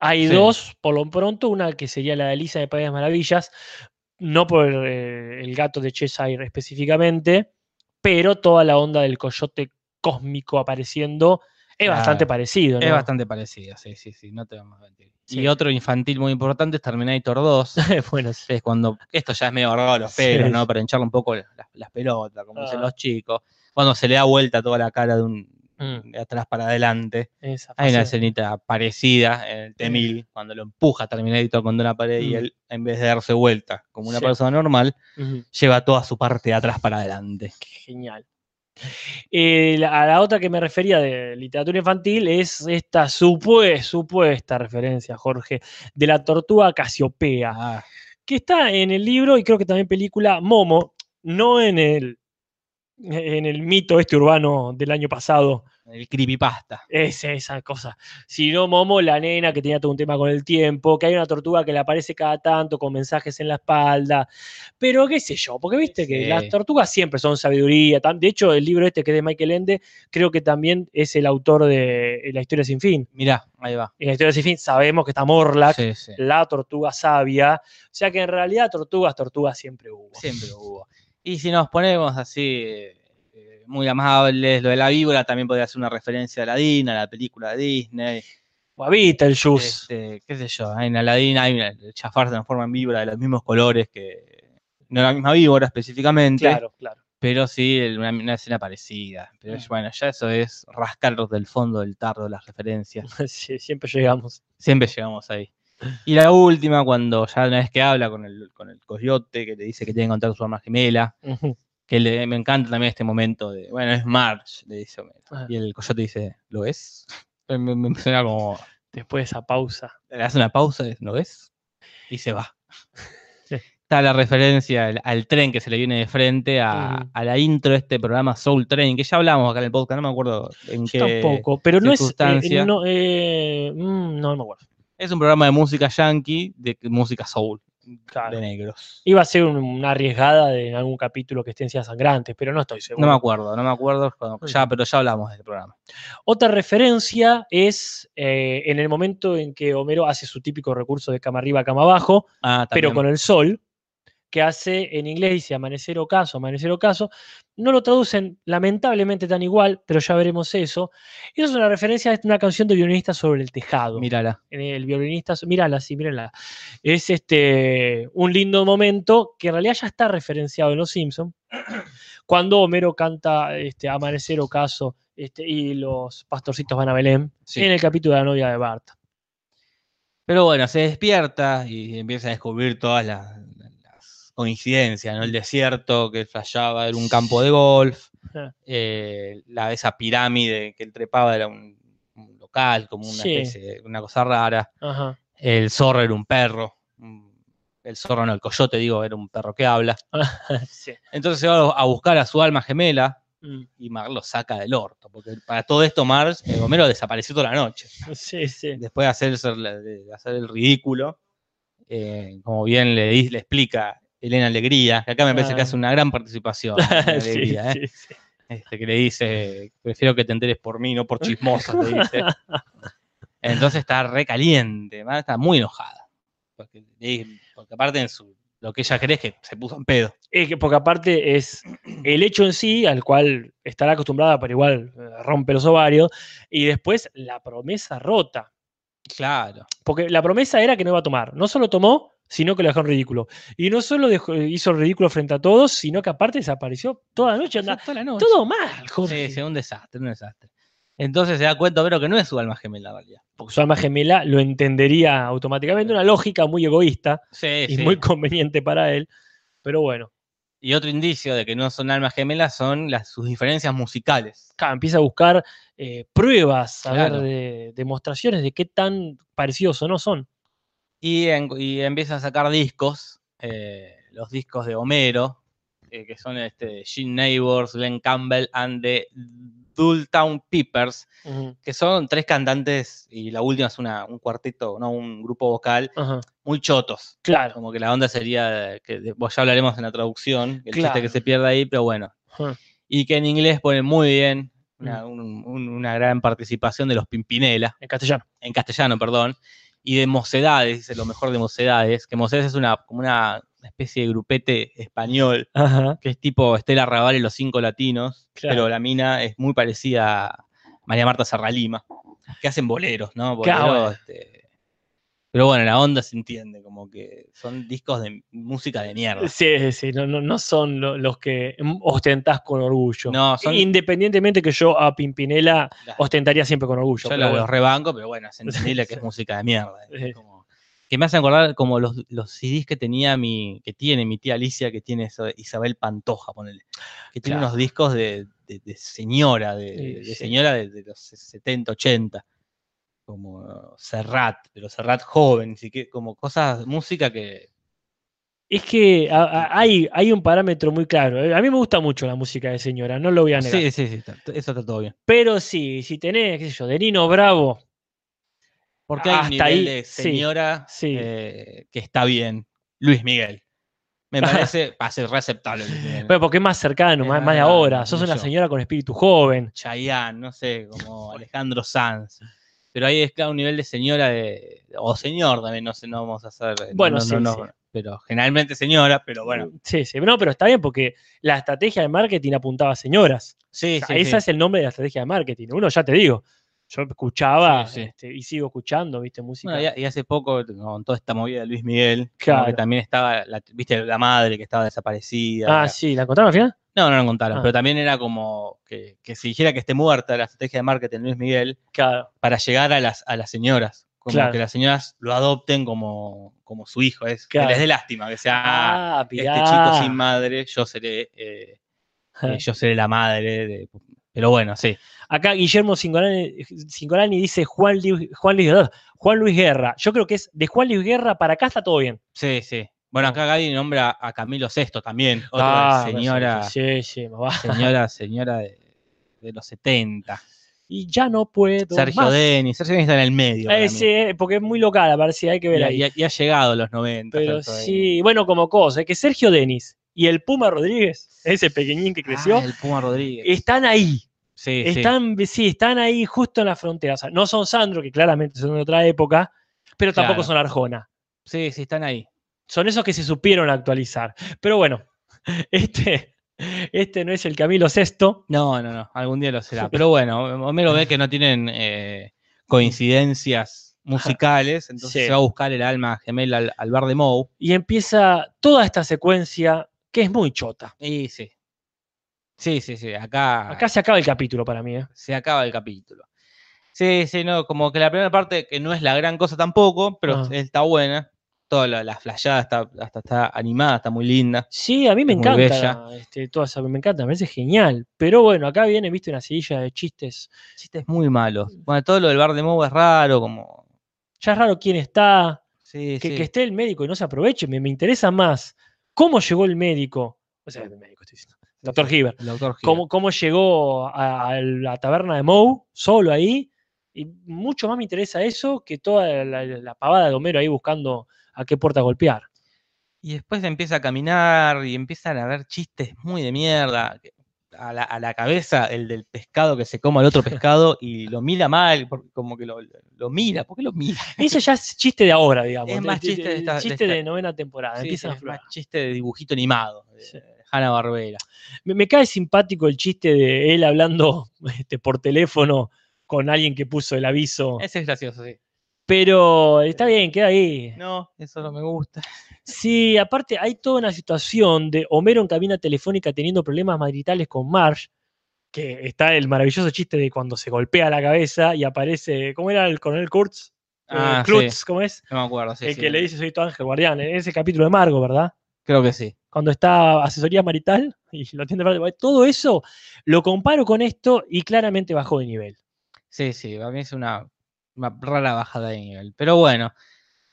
[SPEAKER 2] Hay
[SPEAKER 3] Sí.
[SPEAKER 2] dos, por lo pronto, una que sería la de Elisa de País de Maravillas, no por eh, el gato de Cheshire específicamente, pero toda la onda del coyote cósmico apareciendo es bastante
[SPEAKER 3] Claro.
[SPEAKER 2] parecido.
[SPEAKER 3] Es
[SPEAKER 2] ¿no?
[SPEAKER 3] bastante parecida, sí, sí, sí, no te vamos a mentir.
[SPEAKER 2] Sí.
[SPEAKER 3] Y otro infantil muy importante es Terminator 2.
[SPEAKER 2] <laughs>
[SPEAKER 3] <laughs>
[SPEAKER 2] bueno, sí.
[SPEAKER 3] es cuando esto ya es medio agarrado a los
[SPEAKER 2] Sí.
[SPEAKER 3] pelos, ¿no? Para hincharle un poco la- las, las pelotas, como dicen
[SPEAKER 2] Ah.
[SPEAKER 3] los chicos. Cuando se le da vuelta toda la cara de un
[SPEAKER 2] Mm,
[SPEAKER 3] de atrás para adelante.
[SPEAKER 2] esa
[SPEAKER 3] Hay una
[SPEAKER 2] fase.
[SPEAKER 3] escenita parecida en el T-1000, cuando lo empuja Terminator contra una pared y
[SPEAKER 2] Mm.
[SPEAKER 3] él, en vez de darse vuelta como una
[SPEAKER 2] Sí.
[SPEAKER 3] persona normal,
[SPEAKER 2] Ujú,
[SPEAKER 3] lleva toda su parte de atrás para adelante.
[SPEAKER 2] qué genial. Eh, la- a la otra que me refería de literatura infantil es esta supuesta, supuesta referencia, Jorge, de la tortuga Casiopea
[SPEAKER 3] Ah,
[SPEAKER 2] que está en el libro y creo que también película Momo, no en el en el mito este urbano del año pasado,
[SPEAKER 3] el creepypasta.
[SPEAKER 2] es esa cosa, sino Momo, la nena que tenía todo un tema con el tiempo, que hay una tortuga que le aparece cada tanto con mensajes en la espalda, pero qué sé yo, porque viste que
[SPEAKER 3] Sí.
[SPEAKER 2] las tortugas siempre son sabiduría, tan- de hecho el libro este que es de Michael Ende, creo que también es el autor de eh, La historia sin fin,
[SPEAKER 3] Mirá, ahí va.
[SPEAKER 2] en La historia sin fin sabemos que está Morlac,
[SPEAKER 3] Sí, sí.
[SPEAKER 2] la tortuga sabia. O sea que en realidad tortugas, tortugas siempre hubo.
[SPEAKER 3] Siempre hubo. Y si nos ponemos así, eh, muy amables, lo de la víbora también podría ser una referencia a Aladdin, a la película de Disney.
[SPEAKER 2] O a Beetlejuice.
[SPEAKER 3] Este, qué sé yo, en Aladdin hay una, el Jafar se transforma en víbora de los mismos colores que. No la misma víbora específicamente,
[SPEAKER 2] claro, claro. <laughs>
[SPEAKER 3] pero sí el- una, una escena parecida. Pero es- bueno, ya eso es rascarnos del fondo del tardo las referencias.
[SPEAKER 2] Sí, siempre llegamos.
[SPEAKER 3] Siempre llegamos ahí. Y la última, cuando ya una vez que habla con el, con el coyote, que le dice que tiene que encontrar su alma gemela,
[SPEAKER 2] Ujú.
[SPEAKER 3] que le- me encanta también este momento de, bueno, es March, le dice Homero.
[SPEAKER 2] Ah.
[SPEAKER 3] Y el coyote dice, ¿lo es? Eh, Me, me- me suena como,
[SPEAKER 2] <laughs> Después de esa pausa.
[SPEAKER 3] le hace una pausa, dice, ¿lo es? Y se va.
[SPEAKER 2] Sí.
[SPEAKER 3] Está la referencia al, al tren que se le viene de frente, a,
[SPEAKER 2] Mm.
[SPEAKER 3] a la intro de este programa Soul Train, que ya hablamos acá en el podcast, no me acuerdo en
[SPEAKER 2] Yo
[SPEAKER 3] qué.
[SPEAKER 2] tampoco, pero no es. eh,
[SPEAKER 3] circunstancia?
[SPEAKER 2] no, eh, mm, no, no me acuerdo.
[SPEAKER 3] Es un programa de música yankee, de música soul,
[SPEAKER 2] Claro.
[SPEAKER 3] de negros.
[SPEAKER 2] Iba a ser un- una arriesgada de en algún capítulo que esté en Sillas Sangrantes, pero no estoy seguro.
[SPEAKER 3] No me acuerdo, no me acuerdo, cuando-
[SPEAKER 2] Mm.
[SPEAKER 3] ya, pero ya hablamos del programa.
[SPEAKER 2] Otra referencia es eh, en el momento en que Homero hace su típico recurso de cama arriba, cama abajo,
[SPEAKER 3] Ah,
[SPEAKER 2] pero
[SPEAKER 3] también.
[SPEAKER 2] con el sol, que hace en inglés dice amanecer ocaso, amanecer ocaso. No lo traducen lamentablemente tan igual, pero ya veremos eso. Eso es una referencia a una canción de violinista sobre el tejado.
[SPEAKER 3] Mírala.
[SPEAKER 2] En El violinista, mírala, sí, mírenla. Es este, un lindo momento que en realidad ya está referenciado en Los Simpsons, <clears throat> cuando Homero canta este, Amanecer Ocaso este, y los pastorcitos van a Belén,
[SPEAKER 3] Sí.
[SPEAKER 2] en el capítulo de la novia de Bart.
[SPEAKER 3] Pero bueno, se despierta y empieza a descubrir todas las, las coincidencias, ¿no? El desierto que fallaba era un campo de golf,
[SPEAKER 2] Ajá.
[SPEAKER 3] eh, la, esa pirámide que él trepaba era un, un local, como una
[SPEAKER 2] Sí.
[SPEAKER 3] especie de- una cosa rara. <laughs>
[SPEAKER 2] Ajá. <laughs>
[SPEAKER 3] El zorro era un perro. un- El zorro, no, el coyote, digo, era un perro que habla.
[SPEAKER 2] Sí.
[SPEAKER 3] Entonces se va a buscar a su alma gemela
[SPEAKER 2] Mm.
[SPEAKER 3] y Mar lo saca del orto. Porque para todo esto, Mars, el Homero desapareció toda la noche.
[SPEAKER 2] Sí, sí.
[SPEAKER 3] después de hacer, ser la- de hacer el ridículo, eh, como bien le, di- le explica Elena Alegría, que acá me parece que
[SPEAKER 2] Ah.
[SPEAKER 3] hace una gran participación, <laughs> Elena
[SPEAKER 2] Sí,
[SPEAKER 3] Alegría,
[SPEAKER 2] sí,
[SPEAKER 3] ¿eh?
[SPEAKER 2] sí.
[SPEAKER 3] Este, que le dice, prefiero que te enteres por mí, no por chismoso, le <laughs> dice. Entonces está recaliente, está muy enojada. Porque, le- porque aparte en su, lo que ella cree es que se puso en pedo.
[SPEAKER 2] Es que- porque aparte es el hecho en sí, al cual estará acostumbrada, pero igual eh, rompe los ovarios, y después la promesa rota.
[SPEAKER 3] Claro.
[SPEAKER 2] Porque la promesa era que no iba a tomar. No solo tomó, sino que lo dejó en ridículo. Y no solo dejó- hizo el ridículo frente a todos, sino que aparte desapareció toda la noche. anda-
[SPEAKER 3] Toda la noche.
[SPEAKER 2] todo mal, Jorge.
[SPEAKER 3] Sí, sí, un desastre, un desastre. Entonces se da cuenta, pero que no es su alma gemela, en realidad.
[SPEAKER 2] Porque su alma gemela lo entendería automáticamente. Una lógica muy egoísta
[SPEAKER 3] Sí,
[SPEAKER 2] y
[SPEAKER 3] sí.
[SPEAKER 2] muy conveniente para él. Pero bueno,
[SPEAKER 3] Y otro indicio de que no son almas gemelas son las, sus diferencias musicales.
[SPEAKER 2] claro, empieza a buscar eh, pruebas, a
[SPEAKER 3] Claro.
[SPEAKER 2] ver, de- demostraciones de qué tan parecidos o no son.
[SPEAKER 3] Y, en- y empieza a sacar discos, eh, los discos de Homero, eh, que son este, Gene Neighbors, Glenn Campbell and the Dulltown Peepers,
[SPEAKER 2] Ujú,
[SPEAKER 3] que son tres cantantes y la última es una, un cuarteto, no un grupo vocal,
[SPEAKER 2] ajá,
[SPEAKER 3] muy chotos.
[SPEAKER 2] Claro.
[SPEAKER 3] Como que la onda sería, que de- vos ya hablaremos en la traducción, el chiste
[SPEAKER 2] Claro.
[SPEAKER 3] que se pierde ahí, pero bueno.
[SPEAKER 2] Ajá.
[SPEAKER 3] Y que en inglés ponen muy bien, una, un- un- una gran participación de los Pimpinela.
[SPEAKER 2] En castellano.
[SPEAKER 3] en castellano, perdón, y de Mocedades, dice lo mejor de Mocedades, que Mocedades es una, como una especie de grupete español,
[SPEAKER 2] Ajá.
[SPEAKER 3] que es tipo Estela Raval y los cinco latinos,
[SPEAKER 2] Claro.
[SPEAKER 3] pero la mina es muy parecida a María Marta Serralima, que hacen boleros, ¿no? Boleros,
[SPEAKER 2] Claro.
[SPEAKER 3] este, pero bueno, la onda se entiende, como que son discos de música de mierda.
[SPEAKER 2] Sí, sí, no, no, no son lo- los que mm, ostentás con orgullo.
[SPEAKER 3] No, son-
[SPEAKER 2] Independientemente que yo a Pimpinela
[SPEAKER 3] La-
[SPEAKER 2] ostentaría siempre con orgullo.
[SPEAKER 3] Yo
[SPEAKER 2] pero
[SPEAKER 3] lo- los
[SPEAKER 2] bueno. <laughs>
[SPEAKER 3] rebanco, pero bueno, es entendible
[SPEAKER 2] Sí.
[SPEAKER 3] que es música de mierda. es
[SPEAKER 2] Sí.
[SPEAKER 3] como- que me hacen acordar como los, los CDs que tenía mi, que tiene mi tía Alicia, que tiene eso de Isabel Pantoja, ponele, que tiene
[SPEAKER 2] Claro.
[SPEAKER 3] unos discos de, de- de señora, de,
[SPEAKER 2] Sí,
[SPEAKER 3] de
[SPEAKER 2] sí.
[SPEAKER 3] señora de, de los 70, 80, como Serrat, pero Serrat joven, así que como cosas, música que...
[SPEAKER 2] Es que a- a- hay, hay un parámetro muy claro. eh, A mí me gusta mucho la música de señora, no lo voy a negar.
[SPEAKER 3] Sí, sí, sí, está- eso está todo bien.
[SPEAKER 2] Pero sí, si tenés, qué sé yo, de Nino Bravo,
[SPEAKER 3] Porque hay
[SPEAKER 2] Ah, Hasta
[SPEAKER 3] un nivel
[SPEAKER 2] ahí,
[SPEAKER 3] de
[SPEAKER 2] sí,
[SPEAKER 3] señora
[SPEAKER 2] sí.
[SPEAKER 3] eh, que está bien. Luis Miguel.
[SPEAKER 2] <laughs>
[SPEAKER 3] Me parece hace receptable. Luis Miguel.
[SPEAKER 2] pero porque es más cercano,
[SPEAKER 3] Es
[SPEAKER 2] más,
[SPEAKER 3] más
[SPEAKER 2] más de
[SPEAKER 3] grande,
[SPEAKER 2] ahora. Sos
[SPEAKER 3] qué sé
[SPEAKER 2] una
[SPEAKER 3] yo.
[SPEAKER 2] señora con espíritu joven.
[SPEAKER 3] Chayanne, no sé,
[SPEAKER 2] <laughs>
[SPEAKER 3] como Alejandro Sanz. Pero ahí es claro un nivel de señora de, o señor también, no sé, no vamos a hacer. no,
[SPEAKER 2] Bueno,
[SPEAKER 3] no,
[SPEAKER 2] sí,
[SPEAKER 3] no,
[SPEAKER 2] sí.
[SPEAKER 3] no, Pero generalmente señora, pero bueno.
[SPEAKER 2] Sí, sí. No, pero está bien porque la estrategia de marketing apuntaba a señoras.
[SPEAKER 3] Sí,
[SPEAKER 2] O sea,
[SPEAKER 3] sí,
[SPEAKER 2] ese
[SPEAKER 3] sí.
[SPEAKER 2] es el nombre de la estrategia de marketing. Uno, ya te digo, yo escuchaba
[SPEAKER 3] Sí, sí.
[SPEAKER 2] este, y sigo escuchando, viste, música.
[SPEAKER 3] Bueno, y, y hace poco, con toda esta movida de Luis Miguel, como
[SPEAKER 2] Claro.
[SPEAKER 3] que también estaba, la, viste, la madre que estaba desaparecida.
[SPEAKER 2] ah,
[SPEAKER 3] la-
[SPEAKER 2] sí, ¿la encontraron al final?
[SPEAKER 3] No, no lo contaron,
[SPEAKER 2] Ah.
[SPEAKER 3] pero también era como que, que si dijera que esté muerta la estrategia de marketing de Luis Miguel
[SPEAKER 2] Claro.
[SPEAKER 3] para llegar a las, a las señoras. Como
[SPEAKER 2] Claro.
[SPEAKER 3] que las señoras lo adopten como, como su hijo. Es,
[SPEAKER 2] Claro.
[SPEAKER 3] Que les dé lástima, que sea
[SPEAKER 2] Ah,
[SPEAKER 3] este
[SPEAKER 2] pirá. <laughs>
[SPEAKER 3] chico sin madre, yo seré, eh, eh, yo seré la madre. de-". pero bueno, sí.
[SPEAKER 2] Acá Guillermo Cingolani, Cingolani dice Juan, Lu- Juan, Luis, Guerra- Juan Luis Guerra. Yo creo que es de Juan Luis Guerra para acá está todo bien.
[SPEAKER 3] Sí, sí. Bueno, acá Gaby nombra a Camilo VI también. Otra
[SPEAKER 2] Ah,
[SPEAKER 3] señora,
[SPEAKER 2] Sí, sí, más va.
[SPEAKER 3] señora, señora de, de los
[SPEAKER 2] <laughs>
[SPEAKER 3] 70.
[SPEAKER 2] Y ya no puedo.
[SPEAKER 3] Sergio
[SPEAKER 2] más.
[SPEAKER 3] Denis. Sergio Denis está en el medio. para
[SPEAKER 2] Eh,
[SPEAKER 3] mí.
[SPEAKER 2] sí, eh, porque es muy local, parece, hay que ver
[SPEAKER 3] Y ha,
[SPEAKER 2] ahí.
[SPEAKER 3] y ha- y ha llegado a los 90.
[SPEAKER 2] Pero
[SPEAKER 3] Sergio Denis.
[SPEAKER 2] sí, bueno, como cosa, es que Sergio Denis y el Puma Rodríguez, ese pequeñín que creció,
[SPEAKER 3] Ah, el Puma Rodríguez.
[SPEAKER 2] están ahí.
[SPEAKER 3] sí, sí.
[SPEAKER 2] Están, sí. están ahí justo en la frontera. O sea, no son Sandro, que claramente son de otra época, pero tampoco
[SPEAKER 3] Claro.
[SPEAKER 2] son Arjona.
[SPEAKER 3] sí, sí, están ahí.
[SPEAKER 2] son esos que se supieron actualizar. Pero bueno, <laughs> este, este no es el Camilo VI.
[SPEAKER 3] No, no, no. Algún día lo será. Pero bueno, Homero ve que no tienen eh, coincidencias musicales, entonces
[SPEAKER 2] Sí.
[SPEAKER 3] se va a buscar el alma gemela al, al bar de Moe.
[SPEAKER 2] Y empieza toda esta secuencia que es muy chota.
[SPEAKER 3] Y sí. Sí, sí, sí. Acá,
[SPEAKER 2] Acá se acaba el capítulo para mí. ¿eh?
[SPEAKER 3] se acaba el capítulo. Sí, sí, no, como que la primera parte, que no es la gran cosa tampoco, pero
[SPEAKER 2] Ah.
[SPEAKER 3] está buena. Toda la, la flasheada está, hasta está animada, está muy linda.
[SPEAKER 2] Sí, a mí me
[SPEAKER 3] Es muy
[SPEAKER 2] encanta. Este, toda esa- me encanta, me parece genial. Pero bueno, acá viene, viste, una silla de chistes.
[SPEAKER 3] Chistes muy malos. Bueno, todo lo del bar de Moe es raro, como.
[SPEAKER 2] Ya es raro quién está,
[SPEAKER 3] Sí,
[SPEAKER 2] que,
[SPEAKER 3] sí.
[SPEAKER 2] que esté el médico y no se aproveche. Me, me interesa más cómo llegó el médico. O sea, el médico, estoy diciendo. Doctor Hibbert.
[SPEAKER 3] El autor Gira.
[SPEAKER 2] cómo, cómo llegó a, a la taberna de Moe, solo ahí. Y mucho más me interesa eso que toda la, la pavada de Homero ahí buscando a qué puerta golpear.
[SPEAKER 3] Y después empieza a caminar y empiezan a ver chistes muy de mierda. que- A la, a la cabeza el del pescado que se coma al <laughs> otro pescado y lo mira mal, por- como que lo, lo mira. ¿Por qué lo mira?
[SPEAKER 2] Eso ya es chiste de ahora, digamos.
[SPEAKER 3] Es más
[SPEAKER 2] de- de-
[SPEAKER 3] chiste de
[SPEAKER 2] el
[SPEAKER 3] esta- de
[SPEAKER 2] chiste
[SPEAKER 3] esta-
[SPEAKER 2] de novena temporada.
[SPEAKER 3] <laughs> Sí,
[SPEAKER 2] empiezan a
[SPEAKER 3] es más
[SPEAKER 2] aflorar.
[SPEAKER 3] chiste de dibujito animado. de
[SPEAKER 2] Sí.
[SPEAKER 3] Hanna Barbera.
[SPEAKER 2] me, me cae simpático el chiste de él hablando <laughs> este, por teléfono con alguien que puso el aviso.
[SPEAKER 3] Ese es gracioso, sí.
[SPEAKER 2] Pero está bien, queda ahí.
[SPEAKER 3] No, eso no me gusta.
[SPEAKER 2] Sí, aparte hay toda una situación de Homero en cabina telefónica teniendo problemas maritales con Marge, que está el maravilloso chiste de cuando se golpea la cabeza y aparece, ¿cómo era el coronel Kurtz? Eh,
[SPEAKER 3] Ah, sí.
[SPEAKER 2] Klutz, ¿cómo es?
[SPEAKER 3] No me acuerdo. sí,
[SPEAKER 2] el
[SPEAKER 3] sí,
[SPEAKER 2] que le
[SPEAKER 3] no.
[SPEAKER 2] dice soy tu ángel guardián, en ese capítulo de Margo, ¿verdad?
[SPEAKER 3] Creo que sí.
[SPEAKER 2] Cuando está asesoría marital y lo atiende para- todo eso lo comparo con esto y claramente bajó de nivel.
[SPEAKER 3] Sí, sí, para mí es una, una rara bajada de nivel. Pero bueno,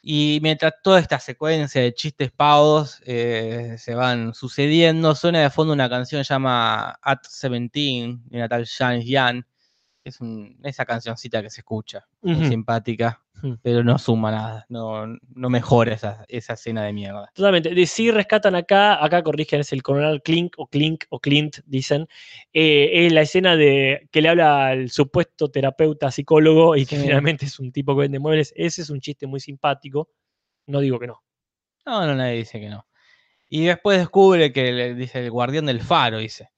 [SPEAKER 3] y mientras toda esta secuencia de chistes pavos eh, se van sucediendo, suena de fondo una canción llama At 17, de una tal Janis Yan. Es un- esa cancioncita que se escucha, muy
[SPEAKER 2] Ujú.
[SPEAKER 3] simpática,
[SPEAKER 2] Ujú.
[SPEAKER 3] pero no suma nada, no, no mejora esa, esa escena de mierda.
[SPEAKER 2] Totalmente. De sí rescatan acá, acá corrigen, es el coronel Clink o Clink o Clint, dicen. Eh, es la escena de que le habla al supuesto terapeuta psicólogo y que
[SPEAKER 3] Sí.
[SPEAKER 2] finalmente es un tipo que vende muebles. Ese es un chiste muy simpático. No digo que no.
[SPEAKER 3] No, no, nadie dice que no. Y después descubre que le dice el guardián del faro, dice.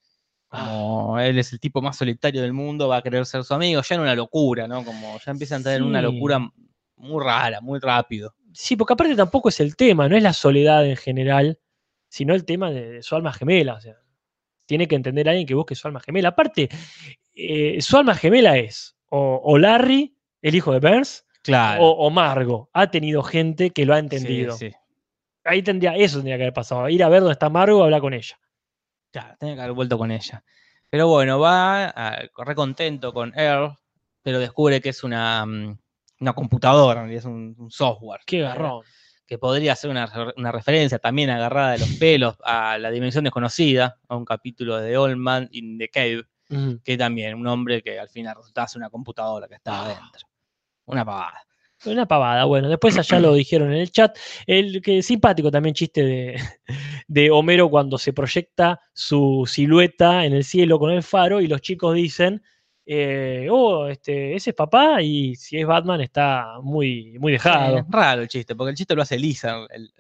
[SPEAKER 3] Como él es el tipo más solitario del mundo, va a querer ser su amigo. Ya en una locura, ¿no? Como ya empiezan a tener una
[SPEAKER 2] Sí.
[SPEAKER 3] locura m- muy rara, muy rápido.
[SPEAKER 2] Sí, porque aparte tampoco es el tema, no es la soledad en general, sino el tema de, de su alma gemela. O sea, tiene que entender alguien que busque su alma gemela. Aparte, eh, su alma gemela es o, o Larry, el hijo de Burns,
[SPEAKER 3] Claro.
[SPEAKER 2] o, o Margo. Ha tenido gente que lo ha entendido.
[SPEAKER 3] Sí, sí.
[SPEAKER 2] Ahí tendría, eso tendría que haber pasado. Ir a ver dónde está Margo, hablar con ella.
[SPEAKER 3] Claro, tenía que haber vuelto con ella. Pero bueno, va ah, re contento con Earl, pero descubre que es una, mm, una computadora, en realidad es un, un software.
[SPEAKER 2] Qué garrón.
[SPEAKER 3] Que podría ser una, re- una referencia también agarrada
[SPEAKER 2] <laughs>
[SPEAKER 3] de los pelos a La Dimensión Desconocida, a un capítulo de Old Man in the Cave,
[SPEAKER 2] Ujú.
[SPEAKER 3] que también un hombre que al final resultase una computadora que estaba
[SPEAKER 2] Ah.
[SPEAKER 3] adentro. Una pavada.
[SPEAKER 2] Una pavada, bueno, después allá lo dijeron en el chat. El que simpático también chiste de, de Homero cuando se proyecta su silueta en el cielo con el faro y los chicos dicen, eh, oh, este, ese es papá y si es Batman está muy, muy dejado.
[SPEAKER 3] Eh, Raro el chiste, porque el chiste lo hace Lisa. el-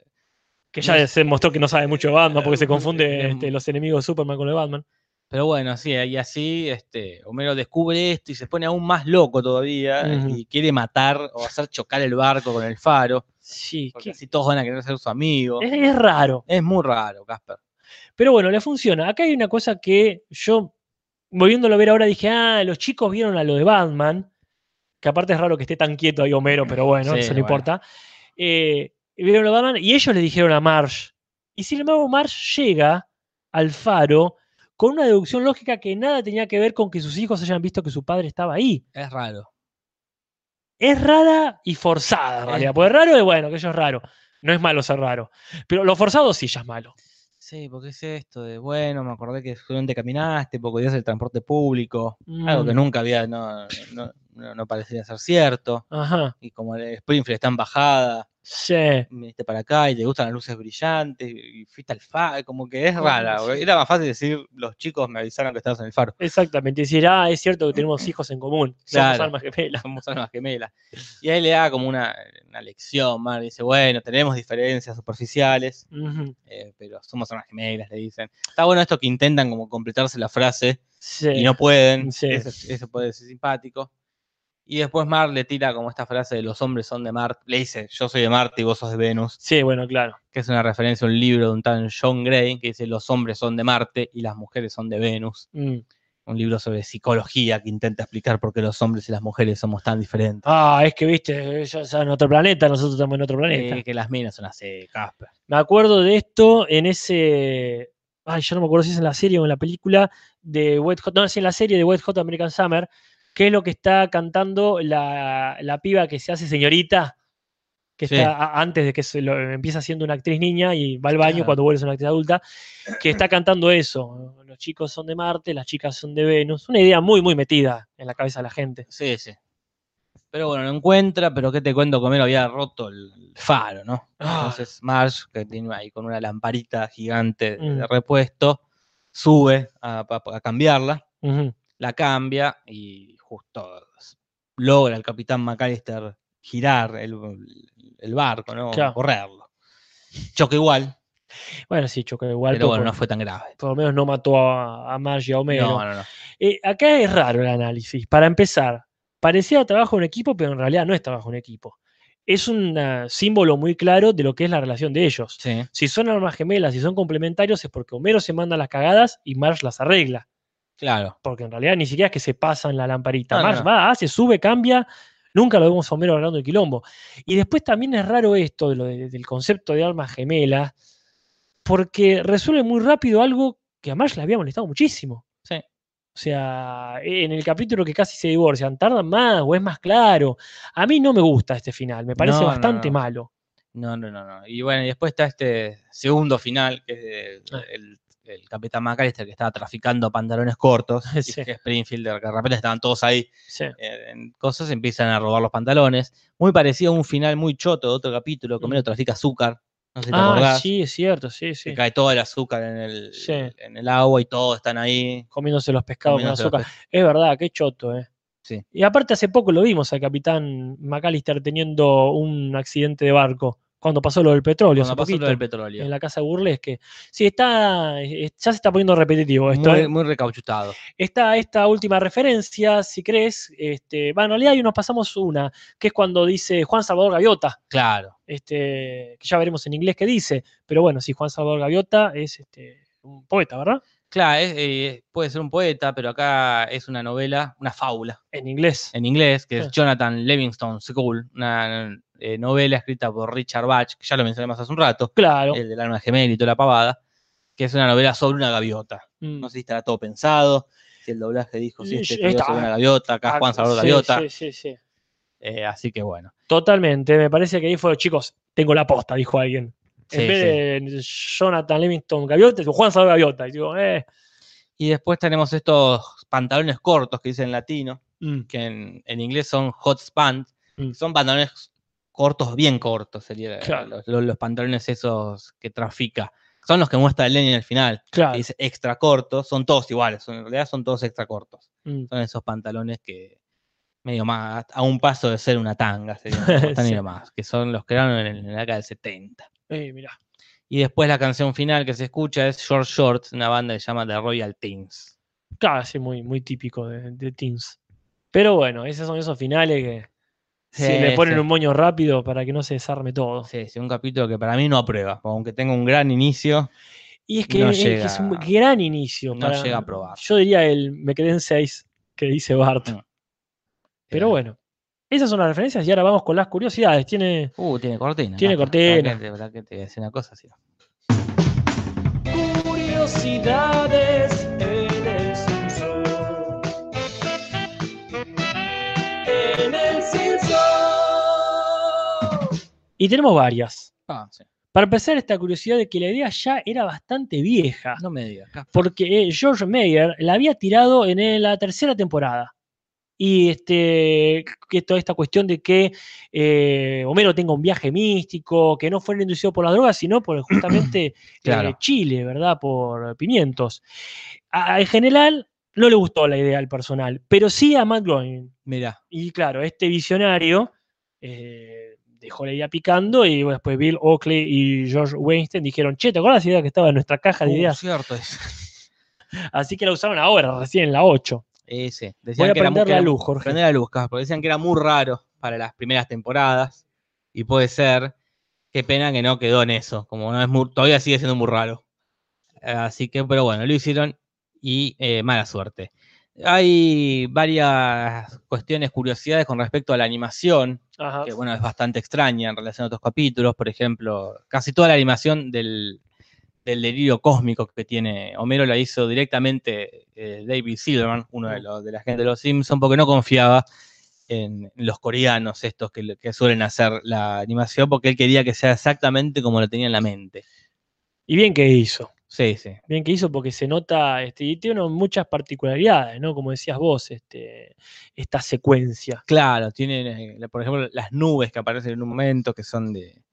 [SPEAKER 2] Que
[SPEAKER 3] no
[SPEAKER 2] ya
[SPEAKER 3] es-
[SPEAKER 2] se mostró que no sabe mucho de Batman porque se confunde
[SPEAKER 3] Eh,
[SPEAKER 2] este, los enemigos de Superman con el Batman.
[SPEAKER 3] pero bueno, sí, y así este, Homero descubre esto y se pone aún más loco todavía
[SPEAKER 2] Ujú.
[SPEAKER 3] y quiere matar o hacer chocar el barco con el faro,
[SPEAKER 2] Sí,
[SPEAKER 3] porque
[SPEAKER 2] que- es,
[SPEAKER 3] así todos van a querer ser su amigo. Es,
[SPEAKER 2] es raro.
[SPEAKER 3] muy raro, Casper.
[SPEAKER 2] Pero bueno, le funciona. Acá hay una cosa que yo, volviéndolo a ver ahora, dije, ah, los chicos vieron a lo de Batman, que aparte es raro que esté tan quieto ahí Homero, pero bueno,
[SPEAKER 3] Sí,
[SPEAKER 2] eso no
[SPEAKER 3] bueno.
[SPEAKER 2] importa. Eh, vieron a Batman y ellos le dijeron a Marsh. Y sin embargo, Marsh llega al faro con una deducción lógica que nada tenía que ver con que sus hijos hayan visto que su padre estaba ahí.
[SPEAKER 3] Es raro.
[SPEAKER 2] Es rara y forzada, en realidad. Porque raro es bueno, que eso es raro. No es malo ser raro. Pero lo forzado sí ya es malo.
[SPEAKER 3] Sí, porque es esto de, bueno, me acordé que solamente caminaste porque odias el transporte público, algo que
[SPEAKER 2] Mm,
[SPEAKER 3] nunca había, no, no, no- no parecía ser cierto.
[SPEAKER 2] Ajá.
[SPEAKER 3] Y como el Springfield está en bajada,
[SPEAKER 2] Sí.
[SPEAKER 3] viniste para acá y te gustan las luces brillantes y fuiste al faro, como que es
[SPEAKER 2] Ah,
[SPEAKER 3] rara.
[SPEAKER 2] sí.
[SPEAKER 3] güey. Era más fácil decir, los chicos me avisaron que estabas en el faro. <laughs>
[SPEAKER 2] Exactamente, decir, ah, es cierto que tenemos
[SPEAKER 3] <clears throat>
[SPEAKER 2] hijos en común, somos
[SPEAKER 3] Claro.
[SPEAKER 2] almas gemelas.
[SPEAKER 3] Somos almas gemelas. Y ahí le da como una, una lección, Mar, dice, bueno, tenemos diferencias superficiales,
[SPEAKER 2] Ujú,
[SPEAKER 3] eh, pero somos almas gemelas, le dicen. Está bueno esto que intentan como completarse la frase
[SPEAKER 2] Sí.
[SPEAKER 3] y no pueden.
[SPEAKER 2] Sí.
[SPEAKER 3] Eso, eso puede ser simpático. Y después Mar le tira como esta frase de los hombres son de Marte. Le dice, yo soy de Marte y vos sos de Venus.
[SPEAKER 2] Sí, bueno, claro.
[SPEAKER 3] que es una referencia a un libro de un tal John Gray que dice Los hombres son de Marte y las mujeres son de Venus.
[SPEAKER 2] Mm.
[SPEAKER 3] Un libro sobre psicología que intenta explicar por qué los hombres y las mujeres somos tan diferentes.
[SPEAKER 2] Ah, es que viste, ellos están en otro planeta, nosotros estamos en otro planeta.
[SPEAKER 3] Eh, que las minas son así, Casper.
[SPEAKER 2] Me acuerdo de esto en ese. Ay, ya no me acuerdo si es en la serie o en la película de Wet Hot. No, es en la serie de Wet Hot American Summer, que es lo que está cantando la, la piba que se hace señorita, que
[SPEAKER 3] Sí.
[SPEAKER 2] está a- antes de que se lo- empieza siendo una actriz niña y va al baño
[SPEAKER 3] Claro.
[SPEAKER 2] cuando vuelve a ser una actriz adulta, que está cantando eso. Los chicos son de Marte, las chicas son de Venus. Una idea muy, muy metida en la cabeza de la gente.
[SPEAKER 3] Sí, sí. Pero bueno, no encuentra, pero ¿qué te cuento? Comero había roto el faro, ¿no?
[SPEAKER 2] Ah.
[SPEAKER 3] Entonces Marge, que tiene ahí con una lamparita gigante de-
[SPEAKER 2] Mm.
[SPEAKER 3] de repuesto, sube a- a- a cambiarla.
[SPEAKER 2] Ujú.
[SPEAKER 3] la cambia y justo s- logra el capitán McAllister girar el, el barco, ¿no?
[SPEAKER 2] Claro.
[SPEAKER 3] Correrlo. Choca igual,
[SPEAKER 2] Bueno, sí, choca igual,
[SPEAKER 3] pero
[SPEAKER 2] pero
[SPEAKER 3] bueno,
[SPEAKER 2] por,
[SPEAKER 3] no fue tan grave.
[SPEAKER 2] por lo menos no mató a, a Marge y a Homero.
[SPEAKER 3] No, no, no.
[SPEAKER 2] Eh, acá es raro el análisis. Para empezar, parecía trabajo en equipo, pero en realidad no es trabajo en equipo. Es un ah, símbolo muy claro de lo que es la relación de ellos.
[SPEAKER 3] Sí,
[SPEAKER 2] Si son armas gemelas, si son complementarios, es porque Homero se manda las cagadas y Marge las arregla.
[SPEAKER 3] claro.
[SPEAKER 2] Porque en realidad ni siquiera es que se pasan la lamparita.
[SPEAKER 3] No, no,
[SPEAKER 2] Marge
[SPEAKER 3] Ah, no.
[SPEAKER 2] va, hace, sube, cambia. Nunca lo vemos a Homero hablando de quilombo. Y después también es raro esto de lo de- del concepto de armas gemelas, porque resuelve muy rápido algo que a Marge le había molestado muchísimo.
[SPEAKER 3] Sí.
[SPEAKER 2] O sea, en el capítulo que casi se divorcian, tardan más o es más claro. A mí no me gusta este final, me parece
[SPEAKER 3] No, no,
[SPEAKER 2] bastante
[SPEAKER 3] no. <laughs>
[SPEAKER 2] malo.
[SPEAKER 3] No, no, no, no. Y bueno, y después está este segundo final, que es
[SPEAKER 2] Ah.
[SPEAKER 3] el, el- el capitán McAllister que estaba traficando pantalones cortos.
[SPEAKER 2] <laughs>
[SPEAKER 3] y
[SPEAKER 2] Sí.
[SPEAKER 3] que Springfield, que de repente estaban todos ahí
[SPEAKER 2] Sí.
[SPEAKER 3] eh, en cosas, empiezan a robar los pantalones. Muy parecido a un final muy choto de otro capítulo, que Homero
[SPEAKER 2] Mm.
[SPEAKER 3] trafica azúcar. No sé si te
[SPEAKER 2] Ah,
[SPEAKER 3] acordás.
[SPEAKER 2] sí, es cierto, sí,
[SPEAKER 3] Se
[SPEAKER 2] sí.
[SPEAKER 3] cae todo el azúcar en el,
[SPEAKER 2] Sí.
[SPEAKER 3] en el agua y todos están ahí.
[SPEAKER 2] Comiéndose los pescados con
[SPEAKER 3] comiéndose los
[SPEAKER 2] azúcar. Es verdad, qué choto, ¿eh?
[SPEAKER 3] Sí.
[SPEAKER 2] Y aparte, hace poco lo vimos al capitán McAllister teniendo un accidente de barco cuando pasó lo del petróleo,
[SPEAKER 3] Cuando
[SPEAKER 2] hace
[SPEAKER 3] pasó
[SPEAKER 2] poquito,
[SPEAKER 3] lo del petróleo.
[SPEAKER 2] en la casa de burlesque. Sí, está, eh, ya se está poniendo repetitivo esto. ¿eh?
[SPEAKER 3] muy, muy recauchutado.
[SPEAKER 2] está esta última referencia, si crees, este, va, en realidad ahí nos pasamos una, que es cuando dice Juan Salvador Gaviota,
[SPEAKER 3] Claro.
[SPEAKER 2] este, que ya veremos en inglés qué dice, pero bueno, sí, Juan Salvador Gaviota es este, un poeta, ¿verdad?
[SPEAKER 3] Claro, es, eh, puede ser un poeta, pero acá es una novela, una fábula
[SPEAKER 2] en inglés.
[SPEAKER 3] en inglés, que es
[SPEAKER 2] Sí.
[SPEAKER 3] Jonathan Livingston School, una eh, novela escrita por Richard Bach, que ya lo mencioné más hace un rato,
[SPEAKER 2] Claro.
[SPEAKER 3] el del alma gemela y toda la pavada, que es una novela sobre una gaviota.
[SPEAKER 2] Mm.
[SPEAKER 3] No sé si estará todo pensado, si el doblaje dijo si
[SPEAKER 2] Sí,
[SPEAKER 3] este
[SPEAKER 2] sí,
[SPEAKER 3] escribió
[SPEAKER 2] está. Ah,
[SPEAKER 3] sobre una gaviota, acá Juan Salvador
[SPEAKER 2] Sí,
[SPEAKER 3] Gaviota,
[SPEAKER 2] sí, sí, sí.
[SPEAKER 3] eh, así que bueno.
[SPEAKER 2] Totalmente. Me parece que ahí fue, chicos, tengo la posta, dijo alguien. En
[SPEAKER 3] Sí,
[SPEAKER 2] vez de Jonathan Livingston Gaviota, dijo Juan Salvador Gaviota. Y digo, eh,
[SPEAKER 3] Y después tenemos estos pantalones cortos que dicen en latino,
[SPEAKER 2] mm,
[SPEAKER 3] que en, en inglés son hot pants,
[SPEAKER 2] Mm.
[SPEAKER 3] son pantalones cortos, bien cortos, sería
[SPEAKER 2] Claro.
[SPEAKER 3] los, los- los pantalones esos que trafica. Son los que muestra Lenny al final, que
[SPEAKER 2] claro.
[SPEAKER 3] dice extra cortos, son todos iguales, son- en realidad son todos extra cortos.
[SPEAKER 2] mm.
[SPEAKER 3] Son esos pantalones que medio más, a un paso de ser una tanga, sería
[SPEAKER 2] <laughs> Sí.
[SPEAKER 3] un pantalón más, que son los que eran en, en la década del 70.
[SPEAKER 2] Eh, mirá.
[SPEAKER 3] Y después la canción final que se escucha es Short Shorts, una banda que se llama The Royal Teens.
[SPEAKER 2] Claro, sí, muy, muy típico de, de Teams. Pero bueno, esos son esos finales que si
[SPEAKER 3] Sí,
[SPEAKER 2] le ponen
[SPEAKER 3] sí.
[SPEAKER 2] un moño rápido para que no se desarme todo.
[SPEAKER 3] Sí, sí, un capítulo que para mí no aprueba, aunque tenga un gran inicio,
[SPEAKER 2] Y es que,
[SPEAKER 3] No
[SPEAKER 2] es que es un
[SPEAKER 3] llega-
[SPEAKER 2] gran inicio.
[SPEAKER 3] no
[SPEAKER 2] para-
[SPEAKER 3] llega a probar.
[SPEAKER 2] Yo diría el me quedé en 6 que dice Bart.
[SPEAKER 3] Mm.
[SPEAKER 2] Pero
[SPEAKER 3] Eh,
[SPEAKER 2] bueno, esas son las referencias y ahora vamos con las curiosidades. Tiene.
[SPEAKER 3] Uh, tiene cortina.
[SPEAKER 2] Tiene
[SPEAKER 3] ¿para qué-
[SPEAKER 2] cortina.
[SPEAKER 3] para qué te- para qué te voy a decir una cosa así?
[SPEAKER 1] Curiosidades en el Simpson. En el Simpson.
[SPEAKER 2] Y tenemos varias.
[SPEAKER 3] Ah, sí.
[SPEAKER 2] Para empezar, esta curiosidad de que la idea ya era bastante vieja.
[SPEAKER 3] Ah, No me digas. Casper.
[SPEAKER 2] porque eh, George Mayer la había tirado en eh, la tercera temporada. Y este, que toda esta cuestión de que eh, Homero tenga un viaje místico, que no fue inducido por las drogas, sino por justamente eh,
[SPEAKER 3] Claro.
[SPEAKER 2] Chile, ¿verdad? Por Pimientos. A- en general, no le gustó la idea al personal, pero sí a Matt Groening.
[SPEAKER 3] Mirá,
[SPEAKER 2] Y claro, este visionario eh, dejó la idea picando y bueno, después Bill Oakley y George Weinstein dijeron, che, ¿te acuerdas la idea que estaba en nuestra caja de
[SPEAKER 3] uh,
[SPEAKER 2] ideas?
[SPEAKER 3] cierto es. <laughs>
[SPEAKER 2] Así que la usaron ahora, recién en la 8.
[SPEAKER 3] Ese.
[SPEAKER 2] Voy
[SPEAKER 3] Decían
[SPEAKER 2] a
[SPEAKER 3] que era muy-
[SPEAKER 2] prender
[SPEAKER 3] que
[SPEAKER 2] la
[SPEAKER 3] era-
[SPEAKER 2] luz, Jorge.
[SPEAKER 3] <laughs> prender la luz, Casper. Decían que era muy raro para las primeras temporadas. Y puede ser. Qué pena que no quedó en eso. Como no es muy- todavía sigue siendo muy raro. Así que, pero bueno, lo hicieron y eh, mala suerte. Hay varias cuestiones, curiosidades con respecto a la animación,
[SPEAKER 2] Ajá.
[SPEAKER 3] que bueno, es bastante extraña en relación a otros capítulos. Por ejemplo, casi toda la animación del, del delirio cósmico que tiene Homero la hizo directamente eh, David Silverman, uno de, los, de la gente de los Simpsons, porque no confiaba en los coreanos estos que, que suelen hacer la animación, porque él quería que sea exactamente como lo tenía en la mente.
[SPEAKER 2] Y bien que hizo.
[SPEAKER 3] Sí, sí.
[SPEAKER 2] Bien que hizo porque se nota, este, y tiene unas- muchas particularidades, ¿no? Como decías vos, este, esta secuencia. <laughs>
[SPEAKER 3] Claro, tienen, eh, por ejemplo, las nubes que aparecen en un momento que son de,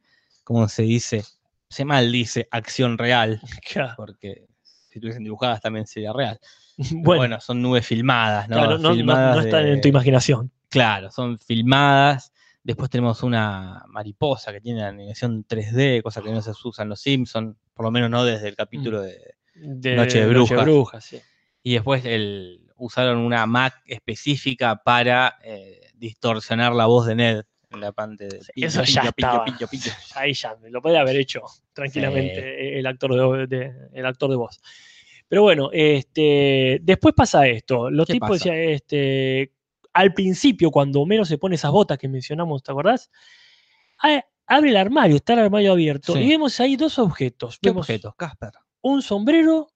[SPEAKER 3] ¿cómo se dice? Se maldice acción real,
[SPEAKER 2] Claro.
[SPEAKER 3] porque si tuviesen dibujadas también sería real. Pero
[SPEAKER 2] Bueno,
[SPEAKER 3] Bueno, son nubes filmadas, ¿no?
[SPEAKER 2] claro, no, no- no-
[SPEAKER 3] Filmadas
[SPEAKER 2] no están en tu
[SPEAKER 3] de-
[SPEAKER 2] imaginación.
[SPEAKER 3] Claro, son filmadas. Después tenemos una mariposa que tiene animación 3D, cosa que no se usa en los Simpsons, por lo menos no desde el
[SPEAKER 2] Mm.
[SPEAKER 3] capítulo de...
[SPEAKER 2] De
[SPEAKER 3] Noche de Brujas.
[SPEAKER 2] sí.
[SPEAKER 3] Y después el, usaron una Mac específica para eh, distorsionar la voz de Ned en la parte de...
[SPEAKER 2] Eso
[SPEAKER 3] "Pillo,
[SPEAKER 2] ya
[SPEAKER 3] pillo, pillo,
[SPEAKER 2] estaba.
[SPEAKER 3] pillo,
[SPEAKER 2] <laughs>
[SPEAKER 3] pillo".
[SPEAKER 2] Ahí ya, lo podría haber hecho tranquilamente eh, el, actor de, de- el actor de voz. Pero bueno, este, después pasa esto. Los
[SPEAKER 3] ¿Qué
[SPEAKER 2] tipos
[SPEAKER 3] pasa?
[SPEAKER 2] decían, este, al principio, cuando Homero se pone esas botas que mencionamos, ¿te acordás? A- abre el armario, está el armario abierto,
[SPEAKER 3] Sí.
[SPEAKER 2] y vemos ahí dos objetos.
[SPEAKER 3] ¿Qué
[SPEAKER 2] Vemos
[SPEAKER 3] objetos, Casper?
[SPEAKER 2] un sombrero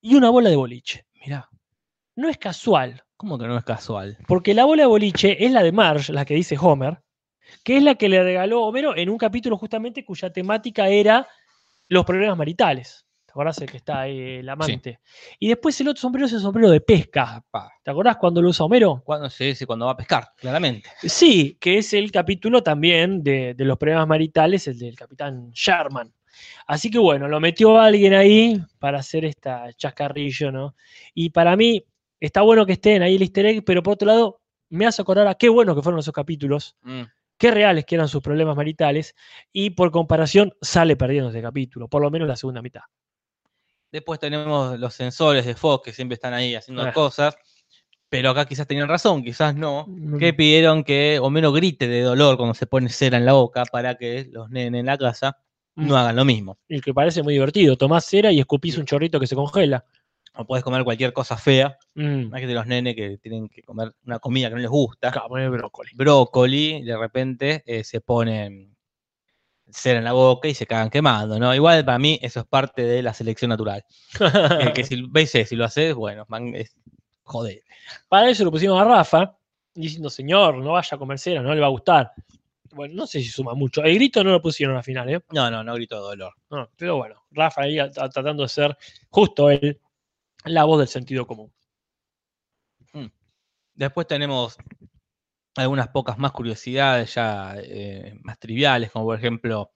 [SPEAKER 2] y una bola de boliche.
[SPEAKER 3] Mirá,
[SPEAKER 2] No es casual,
[SPEAKER 3] ¿cómo que no es casual?
[SPEAKER 2] porque la bola de boliche es la de Marge, la que dice Homer, que es la que le regaló Homero en un capítulo justamente cuya temática era los problemas maritales. ¿Te acordás el que está ahí, el amante? Y después el otro sombrero es el sombrero de pesca.
[SPEAKER 3] Apá.
[SPEAKER 2] ¿Te acordás cuando lo usa Homero?
[SPEAKER 3] Cuando se dice cuando va a pescar, claramente.
[SPEAKER 2] Sí, que es el capítulo también de, de los problemas maritales, el del capitán Sherman. Así que bueno, lo metió alguien ahí para hacer esta chascarrillo, ¿no? Y para mí está bueno que estén ahí el easter egg, pero por otro lado me hace acordar a qué bueno que fueron esos capítulos,
[SPEAKER 3] Mm.
[SPEAKER 2] qué reales que eran sus problemas maritales, y por comparación sale perdiendo ese capítulo, por lo menos la segunda mitad.
[SPEAKER 3] Después tenemos los sensores de Fox que siempre están ahí haciendo
[SPEAKER 2] Ah.
[SPEAKER 3] cosas, pero acá quizás tenían razón, quizás no.
[SPEAKER 2] Mm.
[SPEAKER 3] que pidieron que Homero grite de dolor cuando se pone cera en la boca para que los nenes en la casa
[SPEAKER 2] Mm.
[SPEAKER 3] no hagan lo mismo.
[SPEAKER 2] El que parece muy divertido, tomás cera y escupís un chorrito que se congela.
[SPEAKER 3] O puedes comer cualquier cosa fea.
[SPEAKER 2] Mm,
[SPEAKER 3] Más que de los nenes que tienen que comer una comida que no les gusta.
[SPEAKER 2] acá, poné brócoli.
[SPEAKER 3] Brócoli, de repente eh, se ponen cera en la boca y se cagan quemando, ¿no? Igual para mí eso es parte de la selección natural. Eh, que si veis, eh, si lo haces, bueno, man, es- joder.
[SPEAKER 2] Para eso lo pusimos a Rafa, diciendo, señor, no vaya a comer cera, no le va a gustar. Bueno, no sé si suma mucho. El grito no lo pusieron al final, ¿eh?
[SPEAKER 3] No, no, no grito de dolor.
[SPEAKER 2] No, pero bueno, Rafa ahí a- a- tratando de ser justo él, la voz del sentido común.
[SPEAKER 3] Después tenemos algunas pocas más curiosidades ya eh, más triviales, como por ejemplo,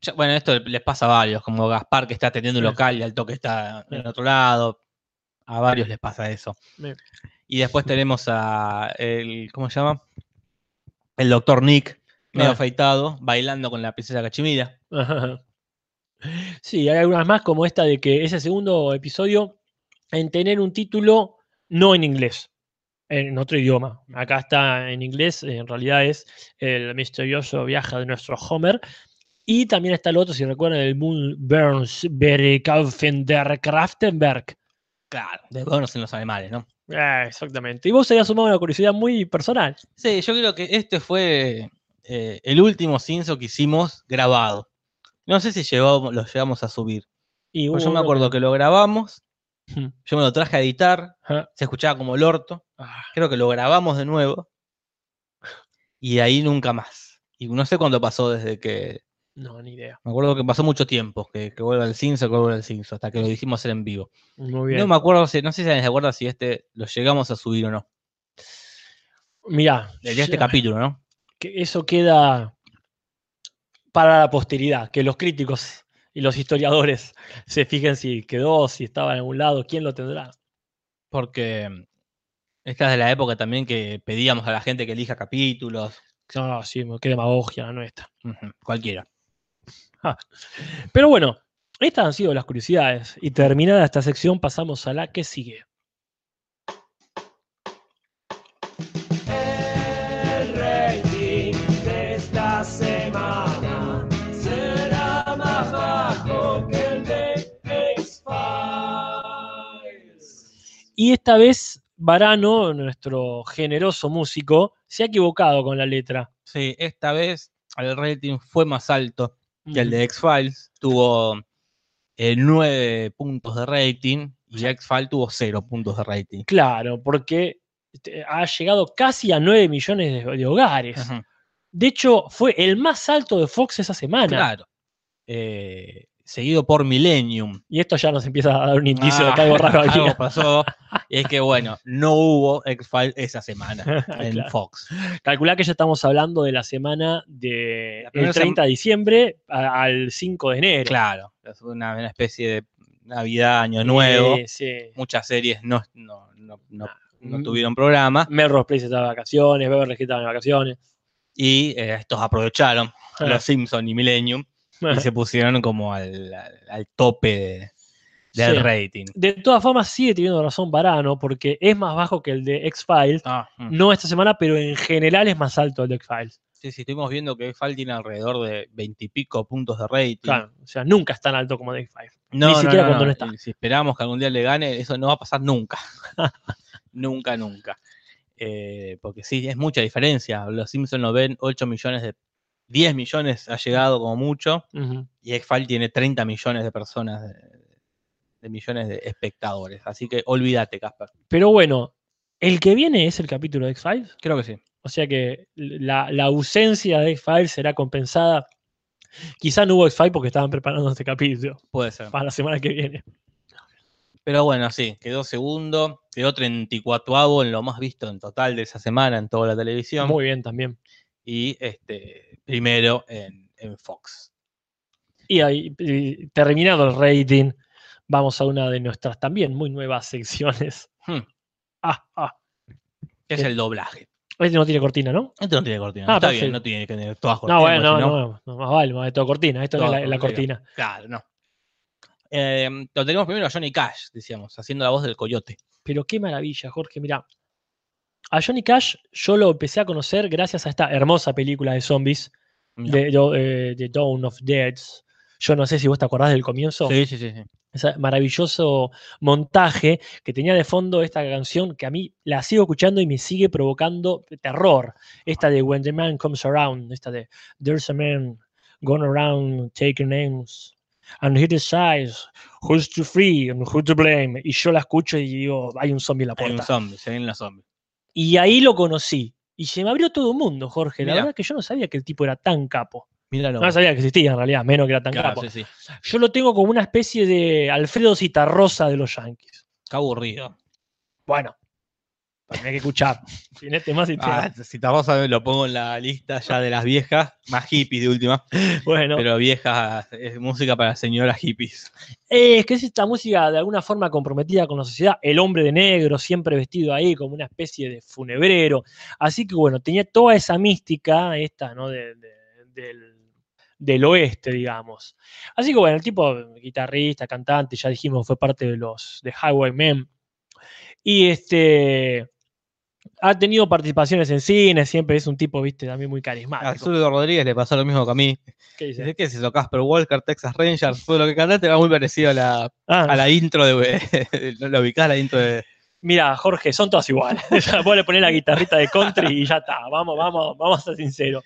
[SPEAKER 3] ya- bueno, esto les pasa a varios, como Gaspar que está atendiendo un
[SPEAKER 2] Sí.
[SPEAKER 3] local y al toque está en
[SPEAKER 2] Sí.
[SPEAKER 3] otro lado, a varios les pasa eso.
[SPEAKER 2] Sí.
[SPEAKER 3] Y después tenemos a el, ¿cómo se llama? El doctor Nick, medio
[SPEAKER 2] Ah.
[SPEAKER 3] afeitado, bailando con la princesa Cachimira.
[SPEAKER 2] Ajá. <laughs> Sí, hay algunas más como esta de que ese segundo episodio en tener un título no en inglés, en otro idioma. Acá está en inglés, en realidad es el misterioso viaje de nuestro Homer. Y también está el otro, si recuerdan, el Moon Burns Berekaufender Kraftenberg.
[SPEAKER 3] Claro, desconocen los animales, ¿no?
[SPEAKER 2] Ah, exactamente. Y vos habías sumado una curiosidad muy personal.
[SPEAKER 3] Sí, yo creo que este fue eh, el último Cinso que hicimos grabado. No sé si llevamos, lo llevamos a subir.
[SPEAKER 2] Y hubo
[SPEAKER 3] pero Pues yo me
[SPEAKER 2] uno
[SPEAKER 3] acuerdo Hmm. que lo grabamos,
[SPEAKER 2] que- Ujú.
[SPEAKER 3] yo me lo traje a editar,
[SPEAKER 2] Ajá.
[SPEAKER 3] se escuchaba como el orto.
[SPEAKER 2] Ah,
[SPEAKER 3] Creo que lo grabamos de nuevo. Y de ahí nunca más. Y no sé cuándo pasó desde que.
[SPEAKER 2] no, ni idea.
[SPEAKER 3] Me acuerdo que pasó mucho tiempo que, que vuelva el Cinso, que vuelva el Cinso, hasta que lo dijimos hacer en vivo.
[SPEAKER 2] Muy bien.
[SPEAKER 3] No me acuerdo, si, no sé si se acuerda si este lo llegamos a subir o no.
[SPEAKER 2] Mirá,
[SPEAKER 3] De este
[SPEAKER 2] ya-
[SPEAKER 3] capítulo, ¿no?
[SPEAKER 2] que eso queda para la posteridad, que los críticos y los historiadores se fijen si quedó, si estaba en algún lado, quién lo tendrá.
[SPEAKER 3] Porque mm, esta es de la época también que pedíamos a la gente que elija capítulos,
[SPEAKER 2] No, sí, qué demagogia la nuestra.
[SPEAKER 3] ujú, cualquiera.
[SPEAKER 2] Pero bueno, estas han sido las curiosidades. Y terminada esta sección, pasamos a la que sigue.
[SPEAKER 1] El rating de esta semana será más bajo que el de X-Files.
[SPEAKER 2] Y esta vez, Varano, nuestro generoso músico, se ha equivocado con la letra.
[SPEAKER 3] Sí, esta vez el rating fue más alto que el
[SPEAKER 2] Ujú.
[SPEAKER 3] de X-Files. Tuvo eh, 9 puntos de rating y X-Files tuvo 0 puntos de rating.
[SPEAKER 2] Claro, porque este, ha llegado casi a 9 millones de, de hogares.
[SPEAKER 3] Ujú,
[SPEAKER 2] De hecho, fue el más alto de Fox esa semana.
[SPEAKER 3] Claro. Eh, seguido por Millennium.
[SPEAKER 2] Y esto ya nos empieza a dar un indicio de
[SPEAKER 3] Ah,
[SPEAKER 2] que algo raro aquí.
[SPEAKER 3] <laughs> algo pasó. Y es que, bueno, no hubo X-Files esa semana <laughs> en
[SPEAKER 2] Claro.
[SPEAKER 3] Fox.
[SPEAKER 2] Calculá que ya estamos hablando de la semana de
[SPEAKER 3] La primera
[SPEAKER 2] el 30 de diciembre a- al 5 de enero.
[SPEAKER 3] Claro, es una, una especie de Navidad, Año Nuevo.
[SPEAKER 2] Eh, sí.
[SPEAKER 3] Muchas series no, no, no- no- no
[SPEAKER 2] Mm.
[SPEAKER 3] tuvieron programa
[SPEAKER 2] Melrose Place estaba de vacaciones, Beverly Hills estaba de vacaciones.
[SPEAKER 3] y eh, estos aprovecharon,
[SPEAKER 2] Ah. <laughs>
[SPEAKER 3] los Simpson y Millennium, y se pusieron como al, al- al tope de- del
[SPEAKER 2] Sí.
[SPEAKER 3] rating.
[SPEAKER 2] De todas formas, sigue teniendo razón Varano, porque es más bajo que el de X-Files.
[SPEAKER 3] Ah, mm.
[SPEAKER 2] No esta semana, pero en general es más alto el de X-Files.
[SPEAKER 3] Sí, sí, estuvimos viendo que Fall tiene alrededor de veintipico puntos de rating.
[SPEAKER 2] Claro, o sea, nunca es tan alto como de X-Files.
[SPEAKER 3] No,
[SPEAKER 2] ni
[SPEAKER 3] no,
[SPEAKER 2] siquiera
[SPEAKER 3] no,
[SPEAKER 2] cuando
[SPEAKER 3] no.
[SPEAKER 2] no está.
[SPEAKER 3] Y Si esperamos que algún día le gane, eso no va a pasar nunca. <laughs> nunca, nunca. Eh, porque sí, es mucha diferencia. Los Simpsons lo ven 8 millones de. 10 millones ha llegado como mucho.
[SPEAKER 2] Ujú.
[SPEAKER 3] Y X-File tiene 30 millones de personas, de, de millones de espectadores. Así que olvídate, Casper.
[SPEAKER 2] Pero bueno, el que viene es el capítulo de X-Files.
[SPEAKER 3] Creo que sí.
[SPEAKER 2] O sea que la, la ausencia de X-Files será compensada. Quizá no hubo X-Files porque estaban preparando este capítulo
[SPEAKER 3] Puede ser.
[SPEAKER 2] para la semana que viene.
[SPEAKER 3] Pero bueno, sí, quedó segundo. Quedó 34 en lo más visto en total de esa semana en toda la televisión.
[SPEAKER 2] Muy bien también.
[SPEAKER 3] Y este primero en, en Fox.
[SPEAKER 2] Y ahí, y terminado el rating, vamos a una de nuestras también muy nuevas secciones.
[SPEAKER 3] Hmm.
[SPEAKER 2] Ah, ah.
[SPEAKER 3] Que es
[SPEAKER 2] Sí.
[SPEAKER 3] el doblaje.
[SPEAKER 2] Este no tiene cortina, ¿no?
[SPEAKER 3] Esto no tiene cortina.
[SPEAKER 2] Ah,
[SPEAKER 3] está
[SPEAKER 2] perfecto.
[SPEAKER 3] bien, no tiene que tener todas
[SPEAKER 2] No,
[SPEAKER 3] cortinas.
[SPEAKER 2] bueno, no,
[SPEAKER 3] porque si
[SPEAKER 2] no, no, más vale, más vale todo cortina. Esto no
[SPEAKER 3] Todo
[SPEAKER 2] es la- la,
[SPEAKER 3] cortina.
[SPEAKER 2] cortina.
[SPEAKER 3] Claro, no. Eh, lo tenemos primero a Johnny Cash, decíamos, haciendo la voz del coyote.
[SPEAKER 2] Pero qué maravilla, Jorge. Mira, a Johnny Cash yo lo empecé a conocer gracias a esta hermosa película de zombies.
[SPEAKER 3] Mirá.
[SPEAKER 2] de, do- eh, de Dawn of Dead. Yo no sé si vos te acordás del comienzo.
[SPEAKER 3] Sí, sí, sí, sí.
[SPEAKER 2] ese maravilloso montaje que tenía de fondo esta canción que a mí la sigo escuchando y me sigue provocando terror. Esta de When the Man Comes Around, esta de There's a Man Gone Around Taking Names. And he decides who's to free and who to blame. Y yo la escucho y digo, hay un zombie en la
[SPEAKER 3] Hay un
[SPEAKER 2] puerta.
[SPEAKER 3] zombie, se vienen los zombies.
[SPEAKER 2] Y ahí lo conocí. Y se me abrió todo el mundo, Jorge. La
[SPEAKER 3] Mirá.
[SPEAKER 2] verdad que yo no sabía que el tipo era tan capo.
[SPEAKER 3] Míralo.
[SPEAKER 2] No sabía que existía en realidad, menos que era tan
[SPEAKER 3] Claro,
[SPEAKER 2] capo.
[SPEAKER 3] sí, sí.
[SPEAKER 2] Yo lo tengo como una especie de Alfredo Citarrosa de los Yankees.
[SPEAKER 3] Qué aburrido.
[SPEAKER 2] Bueno, tenés que
[SPEAKER 3] <laughs>
[SPEAKER 2] escuchar. Sin este más y te-
[SPEAKER 3] Ah, si Tarrosa lo pongo en la lista ya de las viejas, más hippies de última,
[SPEAKER 2] Bueno,
[SPEAKER 3] pero viejas, es música para señoras hippies.
[SPEAKER 2] eh, es que es esta música de alguna forma comprometida con la sociedad. El hombre de negro, siempre vestido ahí como una especie de funebrero. Así que bueno, tenía toda esa mística, esta, ¿no? de- de- del, del oeste, digamos. Así que bueno, el tipo, guitarrista, cantante, ya dijimos, fue parte de los de Highwaymen. Y este. Ha tenido participaciones en cine, siempre es un tipo, viste, también muy
[SPEAKER 3] A
[SPEAKER 2] carismático.
[SPEAKER 3] Zurdo Rodríguez le pasó lo mismo que a mí.
[SPEAKER 2] ¿Qué dice?
[SPEAKER 3] Dice, ¿qué es eso? Casper Walker, Texas Rangers, todo lo que cantaste va muy parecido a la,
[SPEAKER 2] Ah,
[SPEAKER 3] a la intro de... <laughs> ¿No ¿Lo ubicás la intro de...?
[SPEAKER 2] Mira, Jorge, son todas
[SPEAKER 3] <laughs>
[SPEAKER 2] iguales. Ya, Vos le ponés la guitarrita de country y ya está. Vamos, vamos, vamos a ser sinceros.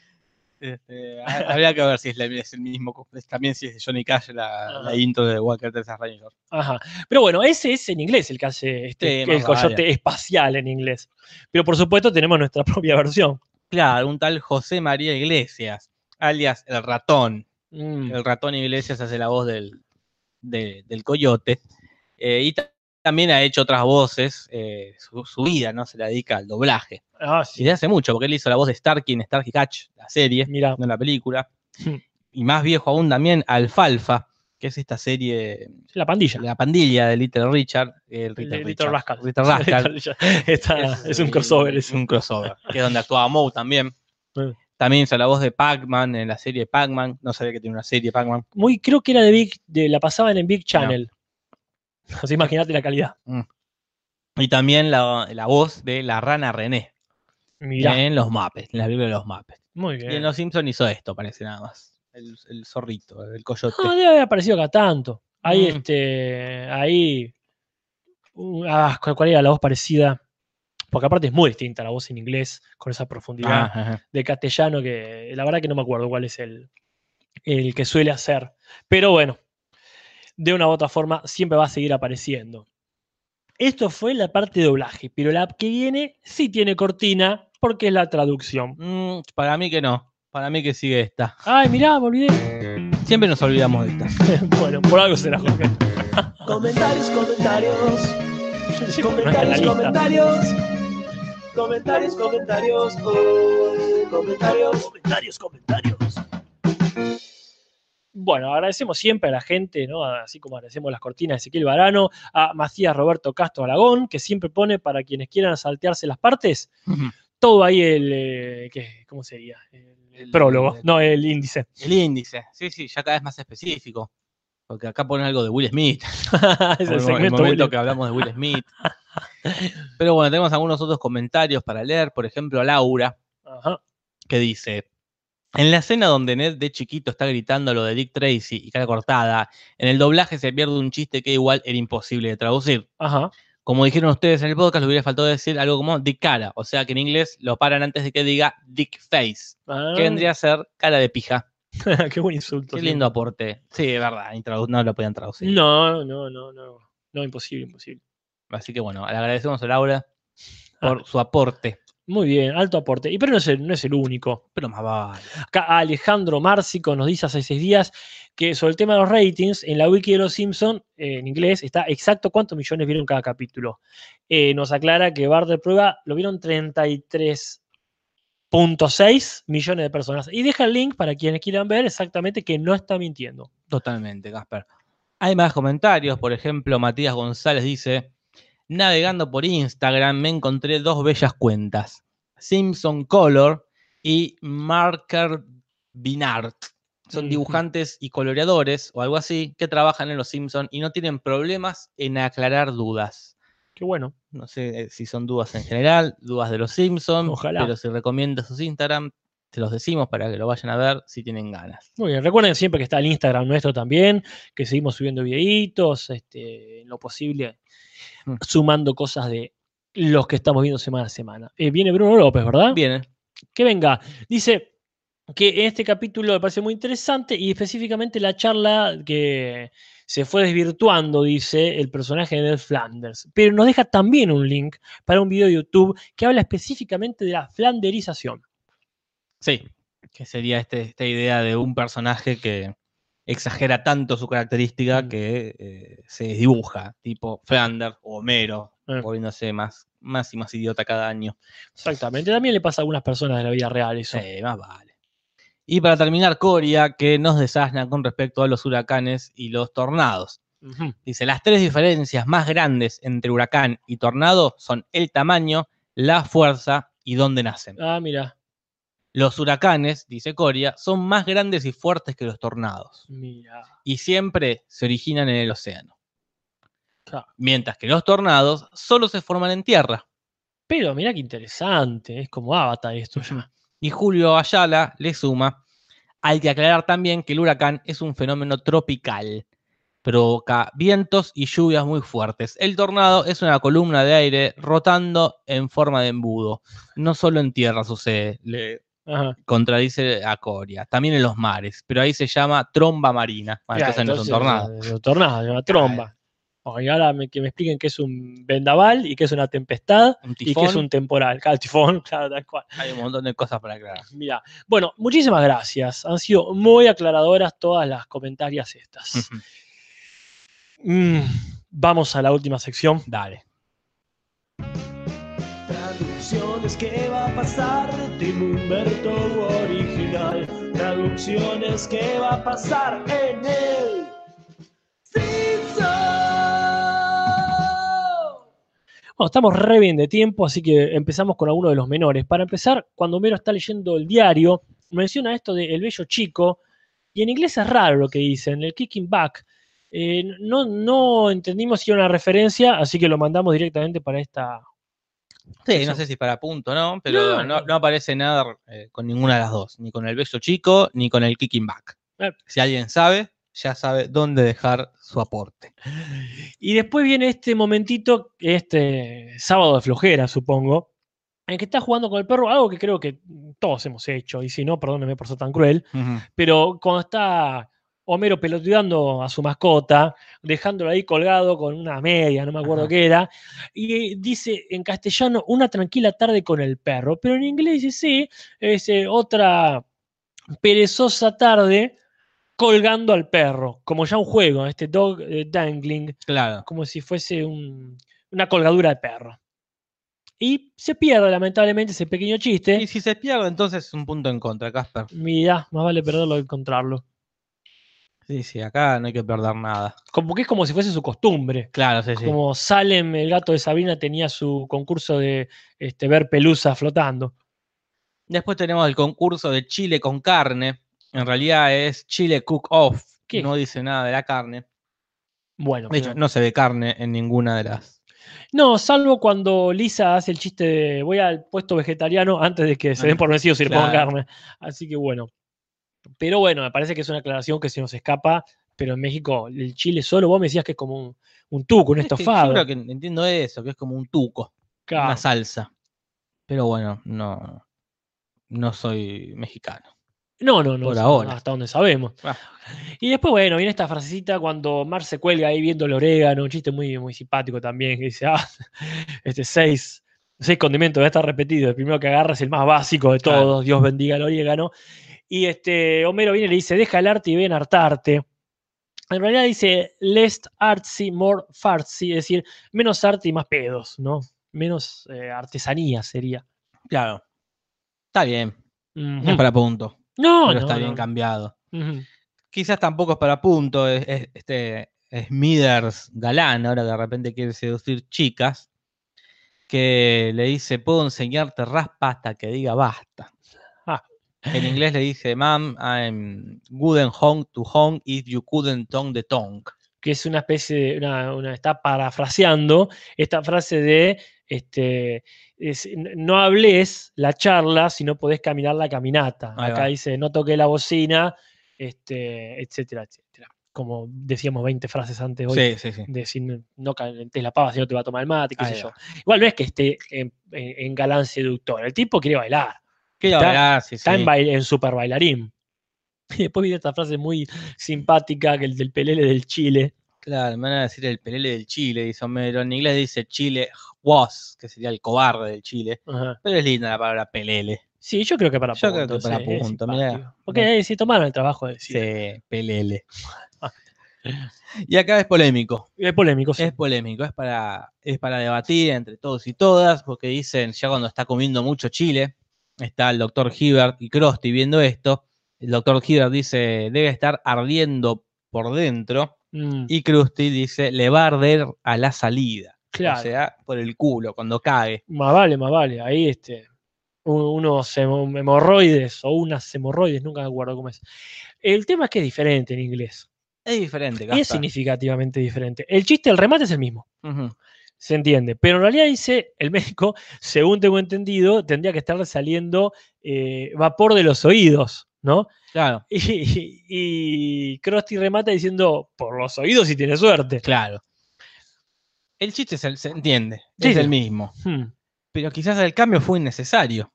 [SPEAKER 3] Este, ha- habría que ver si es, la- es el mismo, es también si es de Johnny Cash la, la intro de Walker Texas Rangers.
[SPEAKER 2] Ajá. Pero bueno, ese es en inglés el que hace este,
[SPEAKER 3] Sí,
[SPEAKER 2] el
[SPEAKER 3] más
[SPEAKER 2] coyote
[SPEAKER 3] vale.
[SPEAKER 2] espacial en inglés. Pero por supuesto tenemos nuestra <laughs> propia versión.
[SPEAKER 3] Claro, un tal José María Iglesias, alias El Ratón.
[SPEAKER 2] Mm,
[SPEAKER 3] El Ratón Iglesias hace la voz del, de- del coyote. Eh, y ta- también ha hecho otras voces, eh, su, su vida, ¿no? Se la dedica al doblaje.
[SPEAKER 2] Ah,
[SPEAKER 3] Y
[SPEAKER 2] sí.
[SPEAKER 3] de hace mucho, porque él hizo la voz de Starkey en Starkey Catch, la serie,
[SPEAKER 2] Mira,
[SPEAKER 3] no la película.
[SPEAKER 2] Hmm.
[SPEAKER 3] Y más viejo aún también, Alfalfa, que es esta serie,
[SPEAKER 2] la pandilla.
[SPEAKER 3] la pandilla de Little Richard. eh,
[SPEAKER 2] El
[SPEAKER 3] Little
[SPEAKER 2] de
[SPEAKER 3] Richard,
[SPEAKER 2] Little Rascal.
[SPEAKER 3] Little
[SPEAKER 2] <laughs>
[SPEAKER 3] Rascal.
[SPEAKER 2] Está- es, un crossover.
[SPEAKER 3] Es
[SPEAKER 2] ese. Eh.
[SPEAKER 3] un crossover, que es donde actuaba Moe también.
[SPEAKER 2] Sí.
[SPEAKER 3] También hizo la voz de Pac-Man en la serie Pac-Man. No sabía que tiene una serie Pac-Man.
[SPEAKER 2] Muy, creo que era de Big, de, la pasaban en Big Channel. Así imagínate la calidad.
[SPEAKER 3] Y también la, la voz de la rana René
[SPEAKER 2] Mirá,
[SPEAKER 3] en los Muppets, en la película de los Muppets.
[SPEAKER 2] muy
[SPEAKER 3] Eh, Y en
[SPEAKER 2] bien.
[SPEAKER 3] Los Simpsons hizo esto, parece nada más. El, el zorrito, el coyote.
[SPEAKER 2] No, debe haber aparecido acá tanto. Ahí,
[SPEAKER 3] Mm.
[SPEAKER 2] este. Ahí. un- ah, ¿cu- ¿Cuál era la voz parecida? Porque aparte es muy distinta la voz en inglés, con esa profundidad
[SPEAKER 3] Ah, ajá.
[SPEAKER 2] de castellano que la verdad que no me acuerdo cuál es el, el que suele hacer. Pero bueno, de una u otra forma siempre va a seguir apareciendo. Esto fue la parte de doblaje, pero la que viene sí tiene cortina porque es la traducción.
[SPEAKER 3] Mm, para mí que no. Para mí que sigue esta.
[SPEAKER 2] Ay, mirá, me olvidé.
[SPEAKER 3] Siempre nos olvidamos de esta.
[SPEAKER 2] Bueno, por algo será Jorge.
[SPEAKER 1] Comentarios, comentarios.
[SPEAKER 2] No está en
[SPEAKER 1] Comentarios,
[SPEAKER 2] la lista.
[SPEAKER 1] comentarios. Comentarios, comentarios. oh, comentarios, comentarios, comentarios.
[SPEAKER 2] Bueno, agradecemos siempre a la gente, ¿no? Así como agradecemos las cortinas de Ezequiel Barano, a Macías Roberto Castro Aragón, que siempre pone para quienes quieran saltearse las partes, todo ahí el. eh, ¿qué? ¿Cómo sería? El,
[SPEAKER 3] El-
[SPEAKER 2] prólogo,
[SPEAKER 3] el-
[SPEAKER 2] no, el índice.
[SPEAKER 3] El índice. Sí, sí, ya cada vez más específico. Porque acá ponen algo de Will <laughs> Smith.
[SPEAKER 2] es el
[SPEAKER 3] Por el mo- el
[SPEAKER 2] segmento.
[SPEAKER 3] momento
[SPEAKER 2] Willy.
[SPEAKER 3] que hablamos de Will Smith. <laughs> Pero bueno, tenemos algunos otros comentarios para leer. Por ejemplo, Laura,
[SPEAKER 2] Ajá.
[SPEAKER 3] que dice: En la escena donde Ned de chiquito está gritando lo de Dick Tracy y cara cortada, en el doblaje se pierde un chiste que igual era imposible de traducir.
[SPEAKER 2] Ajá.
[SPEAKER 3] Como dijeron ustedes en el podcast, le hubiera faltado decir algo como Dick cara. O sea que en inglés lo paran antes de que diga Dick face,
[SPEAKER 2] Ah,
[SPEAKER 3] que vendría a ser cara de pija.
[SPEAKER 2] <laughs> qué buen insulto.
[SPEAKER 3] Qué
[SPEAKER 2] sí.
[SPEAKER 3] lindo aporte. Sí, es verdad, intradu- no lo podían traducir.
[SPEAKER 2] No, no, no, no. No, imposible, imposible.
[SPEAKER 3] Así que bueno, le agradecemos a Laura por su aporte.
[SPEAKER 2] Muy bien, alto aporte. Y pero no es el- no es el único.
[SPEAKER 3] Pero más vale.
[SPEAKER 2] Acá Alejandro Márcico nos dice hace seis días que sobre el tema de los ratings, en la wiki de los Simpson, eh, en inglés, está exacto cuántos millones vieron cada capítulo. Eh, nos aclara que Bar de Prueba lo vieron 33.6 millones de personas. Y deja el link para quienes quieran ver exactamente que no está mintiendo.
[SPEAKER 3] Totalmente, Casper. Hay más comentarios, por ejemplo, Matías González dice, navegando por Instagram me encontré dos bellas cuentas, Simpson Color y Marker Binart. Son
[SPEAKER 2] Ujú.
[SPEAKER 3] dibujantes y coloreadores o algo así que trabajan en los Simpson y no tienen problemas en aclarar dudas.
[SPEAKER 2] Qué bueno.
[SPEAKER 3] No sé eh, si son dudas en general, dudas de los Simpson,
[SPEAKER 2] Ojalá.
[SPEAKER 3] pero si recomienda sus Instagram, Se los decimos para que lo vayan a ver si tienen ganas.
[SPEAKER 2] Muy bien, recuerden siempre que está el Instagram nuestro también, que seguimos subiendo videitos, este, en lo posible,
[SPEAKER 3] Mm.
[SPEAKER 2] sumando cosas de los que estamos viendo semana a semana. Eh, viene Bruno López, ¿verdad?
[SPEAKER 3] Bien, ¿eh?
[SPEAKER 2] que venga. Dice que este capítulo me parece muy interesante y específicamente la charla que se fue desvirtuando, dice el personaje de Ned Flanders. Pero nos deja también un link para un video de YouTube que habla específicamente de la flanderización.
[SPEAKER 3] sí. Que sería este- esta idea de un personaje que exagera tanto su característica que eh, se dibuja, tipo Flanders o Homero,
[SPEAKER 2] Eh.
[SPEAKER 3] volviéndose más, más y más idiota cada año.
[SPEAKER 2] Exactamente. También le pasa a algunas personas de la vida real eso.
[SPEAKER 3] Sí, más vale. Y para terminar, Coria, que nos desasna con respecto a los huracanes y los tornados.
[SPEAKER 2] Ujú.
[SPEAKER 3] Dice, las tres diferencias más grandes entre huracán y tornado son el tamaño, la fuerza y dónde nacen.
[SPEAKER 2] Ah, mira.
[SPEAKER 3] Los huracanes, dice Coria, son más grandes y fuertes que los tornados
[SPEAKER 2] Mira.
[SPEAKER 3] y siempre se originan en el océano.
[SPEAKER 2] Claro.
[SPEAKER 3] Mientras que los tornados solo se forman en tierra.
[SPEAKER 2] Pero mira qué interesante. Es como Avatar esto ya.
[SPEAKER 3] <laughs> Y Julio Ayala le suma, hay que aclarar también que el huracán es un fenómeno tropical. Provoca vientos y lluvias muy fuertes. El tornado es una columna de aire rotando en forma de embudo. No solo en tierra sucede, le
[SPEAKER 2] Ajá.
[SPEAKER 3] contradice a Coria, también en los mares, pero ahí se llama tromba marina. Bueno,
[SPEAKER 2] Ya,
[SPEAKER 3] entonces no es un
[SPEAKER 2] entonces,
[SPEAKER 3] tornado.
[SPEAKER 2] eh, un tornado,
[SPEAKER 3] <laughs>
[SPEAKER 2] una tromba. Oh, y ahora me- que me expliquen qué es un vendaval y qué es una tempestad
[SPEAKER 3] Un
[SPEAKER 2] y qué es
[SPEAKER 3] tifón.
[SPEAKER 2] un temporal. Claro, tifón, <laughs> claro, tal cual.
[SPEAKER 3] Hay un montón de cosas
[SPEAKER 2] <laughs>
[SPEAKER 3] para aclarar.
[SPEAKER 2] Mira, bueno, muchísimas gracias. Han sido muy aclaradoras todas las comentarias
[SPEAKER 3] <laughs>
[SPEAKER 2] estas.
[SPEAKER 3] Ujú.
[SPEAKER 2] Mm, vamos a la última sección.
[SPEAKER 3] Dale.
[SPEAKER 1] Traducciones que va a pasar, Tim Humberto original. Traducciones que va a pasar en el Simpson.
[SPEAKER 2] Bueno, estamos re bien de tiempo, así que empezamos con alguno de los menores. Para empezar, cuando Homero está leyendo el diario, menciona esto de el bello chico, y en inglés es raro lo que dicen, el kicking back. Eh, no, no entendimos si era una referencia, así que lo mandamos directamente para esta.
[SPEAKER 3] Sí,
[SPEAKER 2] Eso.
[SPEAKER 3] no sé si para punto, ¿no? Pero
[SPEAKER 2] No,
[SPEAKER 3] no,
[SPEAKER 2] no.
[SPEAKER 3] no aparece nada eh, con ninguna de las dos, ni con el beso chico, ni con el kicking back.
[SPEAKER 2] Eh.
[SPEAKER 3] Si alguien sabe, ya sabe dónde dejar su aporte.
[SPEAKER 2] Y después viene este momentito, este sábado de flojera, supongo, en que está jugando con el perro, algo que creo que todos hemos hecho, y si no, perdónenme por ser tan cruel, pero cuando está Homero pelotudeando a su mascota, dejándolo ahí colgado con una media, no me acuerdo
[SPEAKER 3] Ajá.
[SPEAKER 2] qué era, y dice en castellano una tranquila tarde con el perro, pero en inglés dice sí, es eh, otra perezosa tarde colgando al perro, como ya un juego, este dog eh, dangling,
[SPEAKER 3] Claro.
[SPEAKER 2] como si fuese un- una colgadura de perro. Y se pierde lamentablemente ese pequeño chiste.
[SPEAKER 3] Y si se pierde, entonces es un punto en contra, Casper.
[SPEAKER 2] Mirá, más vale perderlo que encontrarlo.
[SPEAKER 3] Sí, sí, acá no hay que perder nada.
[SPEAKER 2] como que es como si fuese su costumbre.
[SPEAKER 3] Claro, sí, sí.
[SPEAKER 2] Como Salem, el gato de Sabina, tenía su concurso de este, ver pelusa flotando.
[SPEAKER 3] Después tenemos el concurso de chile con carne. En realidad es chile cook off.
[SPEAKER 2] ¿Qué?
[SPEAKER 3] No dice nada de la carne.
[SPEAKER 2] Bueno,
[SPEAKER 3] De hecho,
[SPEAKER 2] pero-
[SPEAKER 3] no se ve carne en ninguna de las
[SPEAKER 2] no, salvo cuando Lisa hace el chiste de voy al puesto vegetariano antes de que se den por vencidos y le pongan
[SPEAKER 3] Claro.
[SPEAKER 2] carne. Así que bueno. Pero bueno, me parece que es una aclaración que se nos escapa. Pero en México, el chile solo, vos me decías que es como un, un tuco, un
[SPEAKER 3] Es que
[SPEAKER 2] estofado.
[SPEAKER 3] <laughs> Yo creo que entiendo eso, que es como un tuco,
[SPEAKER 2] Claro.
[SPEAKER 3] una salsa. Pero bueno, no, no soy mexicano.
[SPEAKER 2] No, no, no.
[SPEAKER 3] Por
[SPEAKER 2] eso
[SPEAKER 3] ahora.
[SPEAKER 2] Hasta donde sabemos.
[SPEAKER 3] Ah.
[SPEAKER 2] Y después, bueno, viene esta frasecita cuando Mar se cuelga ahí viendo el orégano, un chiste muy, muy simpático también, que dice, ah, <laughs> este seis, seis condimentos, ya está repetido, el primero que agarra es el más básico de todos,
[SPEAKER 3] Claro.
[SPEAKER 2] Dios bendiga el orégano. Y este, Homero viene y le dice, deja el arte y ven a hartarte. En realidad dice, less artsy, more fartsy, es decir, menos arte y más pedos, ¿no? Menos eh, artesanía sería.
[SPEAKER 3] Claro. Está bien, no
[SPEAKER 2] Ujú.
[SPEAKER 3] es para punto,
[SPEAKER 2] no,
[SPEAKER 3] pero
[SPEAKER 2] no,
[SPEAKER 3] está
[SPEAKER 2] no,
[SPEAKER 3] bien
[SPEAKER 2] no.
[SPEAKER 3] cambiado.
[SPEAKER 2] Ujú.
[SPEAKER 3] Quizás tampoco es para punto es- es- este Smithers galán, ahora de repente quiere seducir chicas, que le dice, puedo enseñarte raspa hasta que diga basta.
[SPEAKER 2] Ah.
[SPEAKER 3] En inglés le dice, ma'am, I'm good and home to home if you couldn't tongue the tongue.
[SPEAKER 2] que es una especie de, una, una- está parafraseando esta frase de Este, es, no hables la charla si no podés caminar la caminata.
[SPEAKER 3] Ahí
[SPEAKER 2] Acá
[SPEAKER 3] va.
[SPEAKER 2] dice, no toque la bocina, este, etcétera, etcétera. Como decíamos 20 frases antes hoy
[SPEAKER 3] Sí, sí, sí.
[SPEAKER 2] de si no, no calentes la pava, si no te va a tomar el mate, qué
[SPEAKER 3] Ahí
[SPEAKER 2] sé yo.
[SPEAKER 3] va.
[SPEAKER 2] Igual no es que esté en, en- en galán seductor, el tipo quiere bailar,
[SPEAKER 3] Quiero
[SPEAKER 2] Está-
[SPEAKER 3] hablar, sí,
[SPEAKER 2] está
[SPEAKER 3] sí.
[SPEAKER 2] en, bail- en super bailarín. <laughs> Y después viene esta frase muy simpática, que el del pelele del Chile.
[SPEAKER 3] Claro, me van a decir el pelele del Chile, dice Homero. En inglés dice Chile was, que sería el cobarde del Chile.
[SPEAKER 2] Ajá.
[SPEAKER 3] Pero es linda la palabra pelele.
[SPEAKER 2] Sí, yo creo que para
[SPEAKER 3] Yo creo que
[SPEAKER 2] puntos,
[SPEAKER 3] para
[SPEAKER 2] sí, es
[SPEAKER 3] punto, mirá.
[SPEAKER 2] simpático. Porque eh, se tomaron el trabajo de decir.
[SPEAKER 3] Sí, pelele. y acá es polémico.
[SPEAKER 2] Es polémico, sí.
[SPEAKER 3] Es polémico, es para, es para debatir entre todos y todas, porque dicen, ya cuando está comiendo mucho chile, está el doctor Hibbert y Krusty viendo esto, el doctor Hibbert dice, debe estar ardiendo por dentro,
[SPEAKER 2] Mm,
[SPEAKER 3] y Krusty dice, le va a arder a la salida,
[SPEAKER 2] claro.
[SPEAKER 3] o sea, por el culo, cuando cague.
[SPEAKER 2] Más vale, más vale. Ahí este, u- unos hemo- hemorroides o unas hemorroides, nunca me acuerdo cómo es. El tema es que es diferente en inglés.
[SPEAKER 3] Es
[SPEAKER 2] Y
[SPEAKER 3] diferente,
[SPEAKER 2] es
[SPEAKER 3] Gaspar.
[SPEAKER 2] significativamente diferente. El chiste, el remate es el mismo,
[SPEAKER 3] Ujú.
[SPEAKER 2] se entiende. Pero en realidad dice el médico, según tengo entendido, tendría que estar saliendo eh, vapor de los oídos, ¿no?
[SPEAKER 3] Claro,
[SPEAKER 2] Y, <laughs> y, y Krusty remata diciendo, por los oídos si tiene suerte.
[SPEAKER 3] claro. El chiste es el- se entiende,
[SPEAKER 2] Sí,
[SPEAKER 3] es
[SPEAKER 2] sí.
[SPEAKER 3] el mismo,
[SPEAKER 2] Hmm.
[SPEAKER 3] pero quizás el cambio fue innecesario.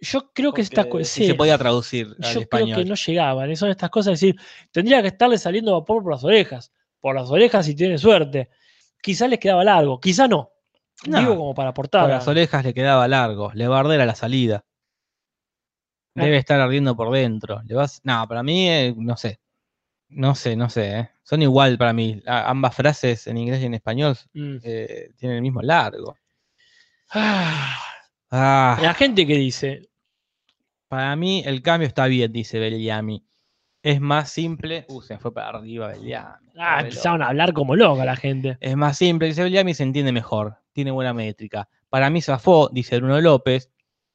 [SPEAKER 2] Yo creo que esta
[SPEAKER 3] porque
[SPEAKER 2] co-
[SPEAKER 3] si
[SPEAKER 2] sí,
[SPEAKER 3] se podía traducir al
[SPEAKER 2] yo
[SPEAKER 3] español.
[SPEAKER 2] creo que no llegaban. Son estas cosas, es decir, tendría que estarle saliendo vapor por las orejas. Por las orejas si tiene suerte. Quizá les quedaba largo, quizá no.
[SPEAKER 3] No,
[SPEAKER 2] Digo como para aportar.
[SPEAKER 3] Por las orejas le quedaba largo, le va a arder a la salida.
[SPEAKER 2] Ah.
[SPEAKER 3] Debe estar ardiendo por dentro. Le vas... No, para mí, eh, no sé. No sé, no sé. eh. Son igual para mí. A- ambas frases en inglés y en español
[SPEAKER 2] Mm.
[SPEAKER 3] eh, tienen el mismo largo.
[SPEAKER 2] Ah.
[SPEAKER 3] Ah,
[SPEAKER 2] La gente que dice,
[SPEAKER 3] para mí el cambio está bien, dice Beliami. Es más simple. Uh, se me fue para arriba Beliami.
[SPEAKER 2] ah,
[SPEAKER 3] Re
[SPEAKER 2] empezaron a hablar como loca la gente.
[SPEAKER 3] Es más simple, dice Bellamy, se entiende mejor, tiene buena métrica. Para mí zafó, dice Bruno López.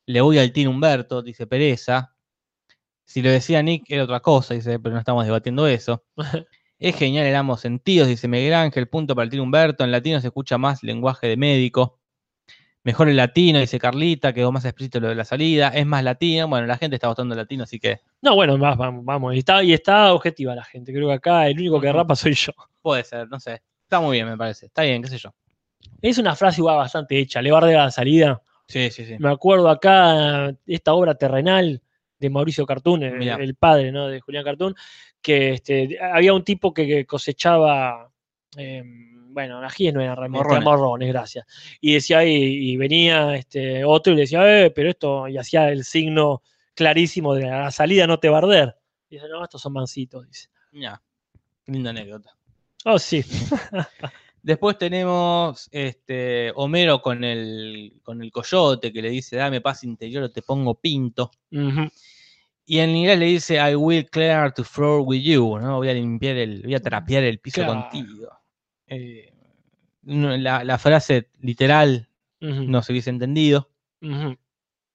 [SPEAKER 3] Le voy al Tin Humberto, dice Pereza. Si lo decía Nick era otra cosa, dice, pero no estamos debatiendo <laughs> eso. Es genial en ambos sentidos, dice Miguel Ángel, punto para el Tin Humberto. En latino se escucha más lenguaje de médico. Mejor el latino, dice Carlita, quedó más explícito lo de la salida. Es más latino, bueno, la gente está votando latino, así que
[SPEAKER 2] No, bueno, más, vamos, vamos. Y está, y está objetiva la gente. Creo que acá el único que
[SPEAKER 3] Ujú.
[SPEAKER 2] rapa soy yo.
[SPEAKER 3] puede ser, no sé. Está muy bien, me parece. Está bien, qué sé yo.
[SPEAKER 2] Es una frase igual bastante hecha. Le bardea la salida.
[SPEAKER 3] Sí, sí, sí.
[SPEAKER 2] Me acuerdo acá esta obra terrenal de Mauricio Cartún, el,
[SPEAKER 3] Mirá.
[SPEAKER 2] el padre ¿no? de Julián Cartún, que este, había un tipo que- que cosechaba, eh, bueno, ajíes no eran realmente, eran
[SPEAKER 3] Morrones.
[SPEAKER 2] morrones, gracias. Y decía, y, y venía este, otro y le decía, eh, pero esto, y hacía el signo clarísimo de la salida no te va a arder. Y dice, no, estos son mancitos, dice.
[SPEAKER 3] Mirá, qué linda anécdota.
[SPEAKER 2] Oh, sí.
[SPEAKER 3] Después tenemos este, Homero con el, con el coyote que le dice, dame paz interior o te pongo pinto.
[SPEAKER 2] Ujú.
[SPEAKER 3] Y en inglés le dice, I will clear the floor with you, ¿no? Voy a limpiar el, voy a trapear el piso
[SPEAKER 2] Claro.
[SPEAKER 3] contigo. Eh, no, la, la frase literal
[SPEAKER 2] Ujú.
[SPEAKER 3] no se hubiese entendido.
[SPEAKER 2] Ujú.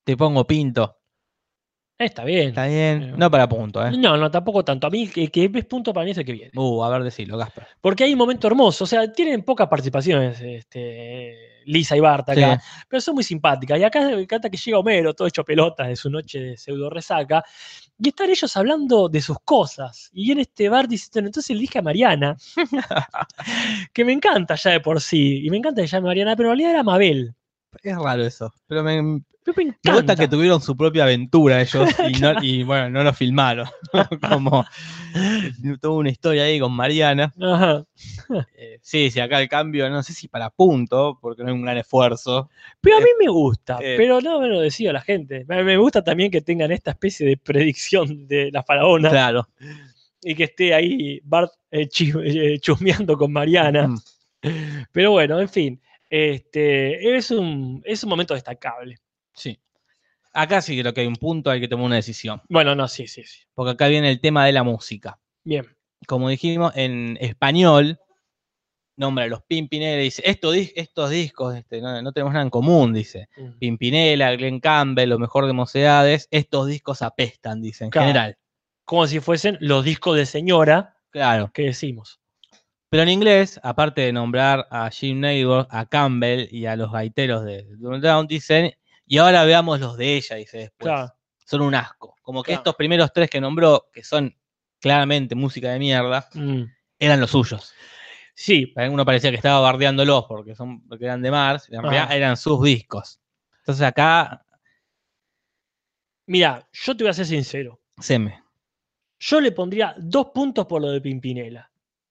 [SPEAKER 3] Te pongo pinto.
[SPEAKER 2] Está bien.
[SPEAKER 3] Está
[SPEAKER 2] Eh,
[SPEAKER 3] bien. No para punto, ¿eh?
[SPEAKER 2] No, no, tampoco tanto. A mí, el que es punto para mí es el que viene.
[SPEAKER 3] Uh, a ver, decilo, Gaspar.
[SPEAKER 2] Porque hay un momento hermoso. O sea, tienen pocas participaciones este, Lisa y Bart acá, pero son muy simpáticas. Y acá me encanta que llega Homero, todo hecho pelotas de su noche de pseudo resaca, y están ellos hablando de sus cosas. Y en este Bart dice, "Bueno, entonces elige a
[SPEAKER 3] <laughs>
[SPEAKER 2] Mariana, que me encanta ya de por sí, y me encanta que se llame Mariana, pero en realidad era Mabel.
[SPEAKER 3] Es raro eso. Pero me, me
[SPEAKER 2] Pero me encanta.
[SPEAKER 3] gusta que tuvieron su propia aventura ellos y, no- y, bueno, no lo filmaron. Como tuvo una historia ahí con Mariana.
[SPEAKER 2] Ajá.
[SPEAKER 3] Eh, sí, sí, acá el cambio, no sé si para punto, porque no hay un gran esfuerzo.
[SPEAKER 2] Pero a mí me gusta,
[SPEAKER 3] eh.
[SPEAKER 2] pero no me lo decía la gente. Me me gusta también que tengan esta especie de predicción de la faraona.
[SPEAKER 3] Claro.
[SPEAKER 2] y que esté ahí Bart eh, chi- eh, chusmeando con Mariana.
[SPEAKER 3] Mm.
[SPEAKER 2] Pero bueno, en fin, este, es, un, es un momento destacable.
[SPEAKER 3] Sí. Acá sí creo que hay un punto, hay que tomar una decisión.
[SPEAKER 2] Bueno, no, sí, sí, sí.
[SPEAKER 3] Porque acá viene el tema de la música.
[SPEAKER 2] Bien.
[SPEAKER 3] Como dijimos, en español, nombra a los Pimpinela y dice, "Esto dis- estos discos este, no, no tenemos nada en común, dice.
[SPEAKER 2] Mm.
[SPEAKER 3] Pimpinela, Glenn Campbell, lo mejor de mocedades, estos discos apestan, dice, en
[SPEAKER 2] Claro.
[SPEAKER 3] general.
[SPEAKER 2] Como si fuesen los discos de señora
[SPEAKER 3] Claro.
[SPEAKER 2] que decimos.
[SPEAKER 3] Pero en inglés, aparte de nombrar a Jim Neighbor, a Campbell y a los gaiteros de Donald Down, dicen, y ahora veamos los de ella, dice después.
[SPEAKER 2] Claro.
[SPEAKER 3] Son un asco. Como que
[SPEAKER 2] Claro.
[SPEAKER 3] estos primeros tres que nombró, que son claramente música de mierda,
[SPEAKER 2] Mm.
[SPEAKER 3] eran los suyos.
[SPEAKER 2] Sí,
[SPEAKER 3] Uno parecía que estaba bardeándolos porque, son, porque eran de Mars, en realidad
[SPEAKER 2] Ajá.
[SPEAKER 3] eran sus discos. Entonces acá,
[SPEAKER 2] mira, yo te voy a ser sincero.
[SPEAKER 3] seme.
[SPEAKER 2] Yo le pondría dos puntos por lo de Pimpinela.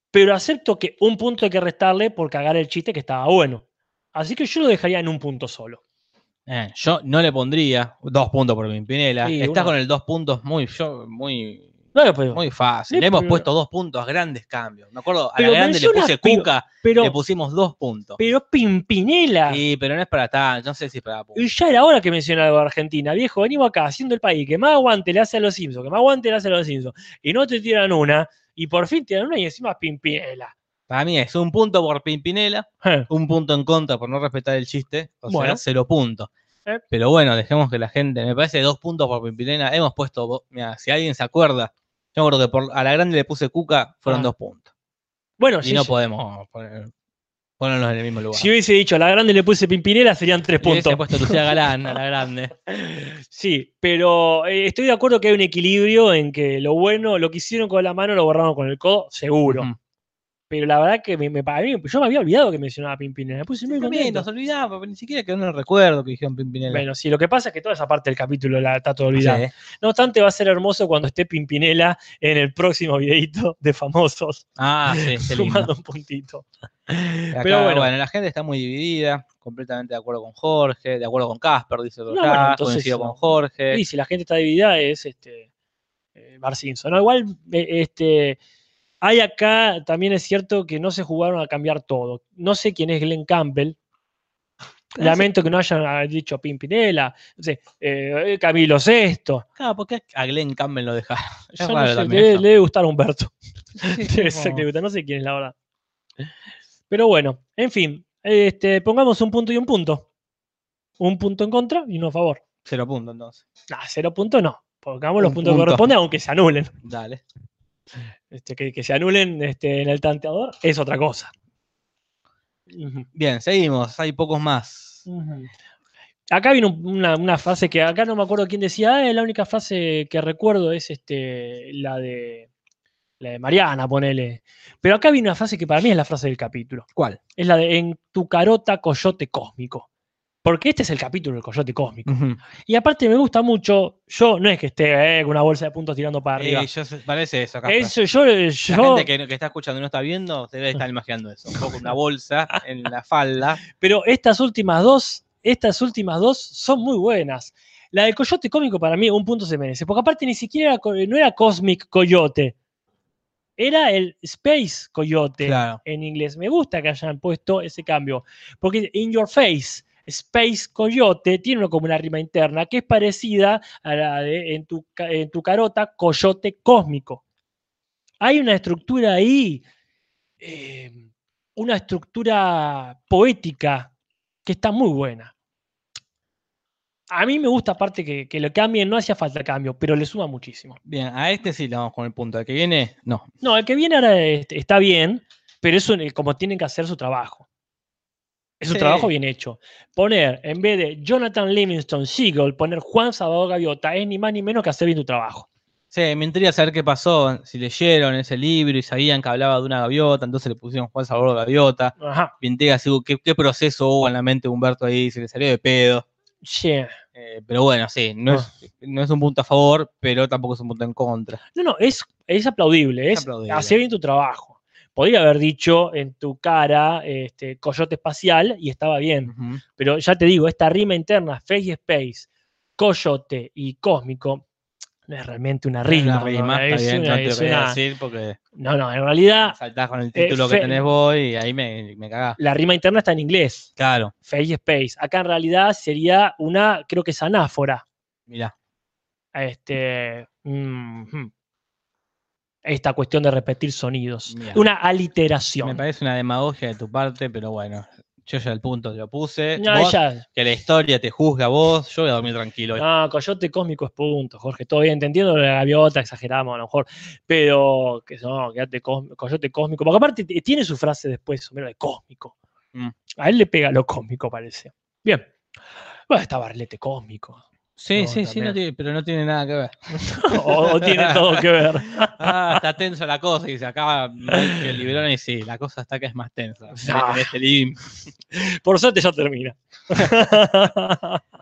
[SPEAKER 2] Pero acepto que un punto hay que restarle por cagar el chiste que estaba bueno. Así que yo lo dejaría en un punto solo.
[SPEAKER 3] Eh, yo no le pondría dos puntos por Pimpinela.
[SPEAKER 2] Sí,
[SPEAKER 3] Está
[SPEAKER 2] uno-
[SPEAKER 3] con el dos puntos muy, yo- muy,
[SPEAKER 2] No lo puedo.
[SPEAKER 3] muy fácil.
[SPEAKER 2] Sí,
[SPEAKER 3] le hemos
[SPEAKER 2] pero-
[SPEAKER 3] puesto dos puntos, grandes cambios. Me acuerdo, a la
[SPEAKER 2] Pero
[SPEAKER 3] grande le
[SPEAKER 2] menciona-
[SPEAKER 3] puse
[SPEAKER 2] pero-
[SPEAKER 3] Cuca,
[SPEAKER 2] pero,
[SPEAKER 3] le pusimos dos puntos.
[SPEAKER 2] pero Pimpinela.
[SPEAKER 3] Sí, pero no es para tanto, no sé si es para
[SPEAKER 2] Y
[SPEAKER 3] puntos.
[SPEAKER 2] ya era hora que mencionaba algo de Argentina, viejo. Venimos acá haciendo el país que más aguante le hace a los Simpsons, que más aguante le hace a los Simpsons. Y no te tiran una, y por fin tiran una y encima Pimpinela. <laughs>
[SPEAKER 3] Para mí es un punto por Pimpinela,
[SPEAKER 2] Eh,
[SPEAKER 3] un punto en contra por no respetar el chiste, o
[SPEAKER 2] Bueno.
[SPEAKER 3] sea, cero puntos.
[SPEAKER 2] Eh.
[SPEAKER 3] Pero bueno, dejemos que la gente, me parece dos puntos por Pimpinela. Hemos puesto, mira, si alguien se acuerda, yo me acuerdo que por, a la grande le puse Cuca, fueron
[SPEAKER 2] Ah.
[SPEAKER 3] dos puntos.
[SPEAKER 2] Bueno,
[SPEAKER 3] Y
[SPEAKER 2] si,
[SPEAKER 3] no
[SPEAKER 2] si-
[SPEAKER 3] podemos poner- ponernos en el mismo lugar.
[SPEAKER 2] si hubiese dicho a la grande le puse Pimpinela, serían tres
[SPEAKER 3] Le hubiese
[SPEAKER 2] puntos. <laughs>
[SPEAKER 3] puesto Lucía Galán a la grande.
[SPEAKER 2] Sí, pero eh, estoy de acuerdo que hay un equilibrio en que lo bueno, lo que hicieron con la mano lo borraron con el codo, <laughs> seguro.
[SPEAKER 3] Ujú.
[SPEAKER 2] Pero la verdad que me, me- para mí- yo me había olvidado que mencionaba Pimpinela. Me puse muy
[SPEAKER 3] También
[SPEAKER 2] contento.
[SPEAKER 3] nos olvidamos, pero ni siquiera que no recuerdo que dijeron Pimpinela.
[SPEAKER 2] Bueno, sí, lo que pasa es que toda esa parte del capítulo la está todo
[SPEAKER 3] Sí,
[SPEAKER 2] olvidada.
[SPEAKER 3] ¿eh?
[SPEAKER 2] No obstante, va a ser hermoso cuando esté Pimpinela en el próximo videito de famosos,
[SPEAKER 3] Ah, sí,
[SPEAKER 2] <laughs>
[SPEAKER 3] qué lindo.
[SPEAKER 2] sumando un puntito.
[SPEAKER 3] Acá,
[SPEAKER 2] Pero bueno.
[SPEAKER 3] bueno. la gente está muy dividida, completamente de acuerdo con Jorge, de acuerdo con Casper, dice
[SPEAKER 2] No,
[SPEAKER 3] acá,
[SPEAKER 2] bueno, entonces
[SPEAKER 3] coincido
[SPEAKER 2] eso.
[SPEAKER 3] con Jorge.
[SPEAKER 2] Y si la gente está dividida es este eh, Bart Simpson. No, igual eh, este, hay acá, también es cierto que no se jugaron a cambiar todo. No sé quién es Glenn Campbell.
[SPEAKER 3] Ah,
[SPEAKER 2] Lamento que no hayan ah, dicho Pimpinela, no sé, eh, eh, Camilo Sexto.
[SPEAKER 3] Claro, ¿por qué Ah, a Glenn Campbell lo
[SPEAKER 2] <laughs>
[SPEAKER 3] dejaron? Es
[SPEAKER 2] Yo no
[SPEAKER 3] raro
[SPEAKER 2] sé,
[SPEAKER 3] también
[SPEAKER 2] le,
[SPEAKER 3] eso.
[SPEAKER 2] le debe gustar a Humberto. Debe
[SPEAKER 3] como-
[SPEAKER 2] ser que le gusta, no sé quién <laughs> es la verdad. Pero bueno, en fin, este, pongamos un punto y un punto. Un punto en contra y uno a favor.
[SPEAKER 3] Cero punto entonces.
[SPEAKER 2] Nah, cero puntos no. Pongamos los
[SPEAKER 3] Un
[SPEAKER 2] puntos que
[SPEAKER 3] punto.
[SPEAKER 2] corresponden, aunque se anulen.
[SPEAKER 3] Dale.
[SPEAKER 2] Este, que, que se anulen este, en el tanteador es otra cosa. Ujú,
[SPEAKER 3] Bien, seguimos, hay pocos más.
[SPEAKER 2] ujú. Acá viene un- una, una frase que acá no me acuerdo quién decía. "Ah, la única frase que recuerdo es este, la, de, la de Mariana, ponele. Pero acá viene una frase que para mí es la frase del capítulo.
[SPEAKER 3] ¿Cuál?
[SPEAKER 2] es la de En tu carota coyote cósmico. Porque este es el capítulo del coyote
[SPEAKER 3] Mm.
[SPEAKER 2] cósmico.
[SPEAKER 3] Eh,
[SPEAKER 2] Y aparte me gusta mucho, yo no es que esté eh, con una bolsa de puntos tirando para arriba.
[SPEAKER 3] parece eso, Casper.
[SPEAKER 2] Eso yo, eh, yo-
[SPEAKER 3] La gente que, no- que está escuchando y no está viendo, se debe estar imaginando eso. Un poco una bolsa en
[SPEAKER 2] <laughs>
[SPEAKER 3] la falda.
[SPEAKER 2] pero estas últimas dos, estas últimas dos son muy buenas. La del coyote cósmico para mí un punto se merece, porque aparte ni siquiera era co- no era Cosmic Coyote. Era el Space Coyote.
[SPEAKER 3] Claro.
[SPEAKER 2] en inglés. Me gusta que hayan puesto ese cambio, porque In Your Face, Space Coyote, tiene una- como una rima interna que es parecida a la de En tu, ca- en tu carota, Coyote Cósmico. Hay una estructura ahí, eh, una estructura poética que está muy buena. A mí me gusta aparte que, que lo cambien, no hacía falta cambio, pero le suma muchísimo.
[SPEAKER 3] Bien, a este sí le vamos con el punto. Al que viene, no.
[SPEAKER 2] No, el que viene ahora este, está bien, pero es un- como tienen que hacer su trabajo. Es un
[SPEAKER 3] Sí.
[SPEAKER 2] trabajo bien hecho. Poner, en vez de Jonathan Livingston Seagull, poner Juan Salvador Gaviota, es ni más ni menos que hacer bien tu trabajo.
[SPEAKER 3] Sí, me intriga saber qué pasó, si leyeron ese libro y sabían que hablaba de una gaviota, entonces le pusieron Juan Salvador Gaviota.
[SPEAKER 2] Ajá.
[SPEAKER 3] Me intriga si hubo- qué, qué proceso hubo en la mente de Humberto ahí, si le salió de pedo.
[SPEAKER 2] Yeah.
[SPEAKER 3] Eh, pero bueno, sí, no
[SPEAKER 2] Ah.
[SPEAKER 3] es, no es un punto a favor, pero tampoco es un punto en contra.
[SPEAKER 2] No, no, es, es aplaudible, es,
[SPEAKER 3] aplaudible.
[SPEAKER 2] hacer bien tu trabajo. Podría haber dicho en tu cara este, Coyote Espacial y estaba bien.
[SPEAKER 3] Ujú.
[SPEAKER 2] Pero ya te digo, esta rima interna, Face y Space, Coyote y Cósmico, no es realmente una rima.
[SPEAKER 3] Una rima,
[SPEAKER 2] ¿no?
[SPEAKER 3] está
[SPEAKER 2] Es
[SPEAKER 3] bien,
[SPEAKER 2] una-
[SPEAKER 3] no te lo
[SPEAKER 2] es
[SPEAKER 3] quería
[SPEAKER 2] una-
[SPEAKER 3] decir porque
[SPEAKER 2] No, no, en realidad
[SPEAKER 3] saltás con el
[SPEAKER 2] eh,
[SPEAKER 3] título que
[SPEAKER 2] fe-
[SPEAKER 3] tenés vos y ahí me, me cagás.
[SPEAKER 2] la rima interna está en inglés,
[SPEAKER 3] Claro,
[SPEAKER 2] Face Space. Acá en realidad sería una, creo que es anáfora.
[SPEAKER 3] mirá.
[SPEAKER 2] Este, mm, esta cuestión de repetir sonidos.
[SPEAKER 3] Mirá.
[SPEAKER 2] Una
[SPEAKER 3] Me
[SPEAKER 2] aliteración.
[SPEAKER 3] parece una demagogia de tu parte, pero bueno, Yo ya el punto te lo puse.
[SPEAKER 2] No,
[SPEAKER 3] Vos,
[SPEAKER 2] ya.
[SPEAKER 3] Que la historia te juzga a vos. Yo voy a dormir tranquilo. hoy.
[SPEAKER 2] No, Coyote Cósmico es punto, Jorge. Todo bien, te entiendo la gaviota, exageramos a lo mejor. Pero, que no, quédate cósmico, Coyote Cósmico. Porque aparte t- tiene su frase después, Homero, de cósmico.
[SPEAKER 3] Mm.
[SPEAKER 2] A él le pega lo cósmico, parece. Bien. Bueno, está Barlete Cósmico.
[SPEAKER 3] sí,
[SPEAKER 2] no,
[SPEAKER 3] sí, sí, no
[SPEAKER 2] también.
[SPEAKER 3] tiene- pero no tiene nada que ver.
[SPEAKER 2] <laughs> o, o tiene todo que ver.
[SPEAKER 3] <laughs> Ah, está tensa la cosa y se acaba el librón y sí, la cosa está que es más tensa.
[SPEAKER 2] Ah.
[SPEAKER 3] En este living.
[SPEAKER 2] Por suerte ya
[SPEAKER 3] <laughs>
[SPEAKER 2] termina.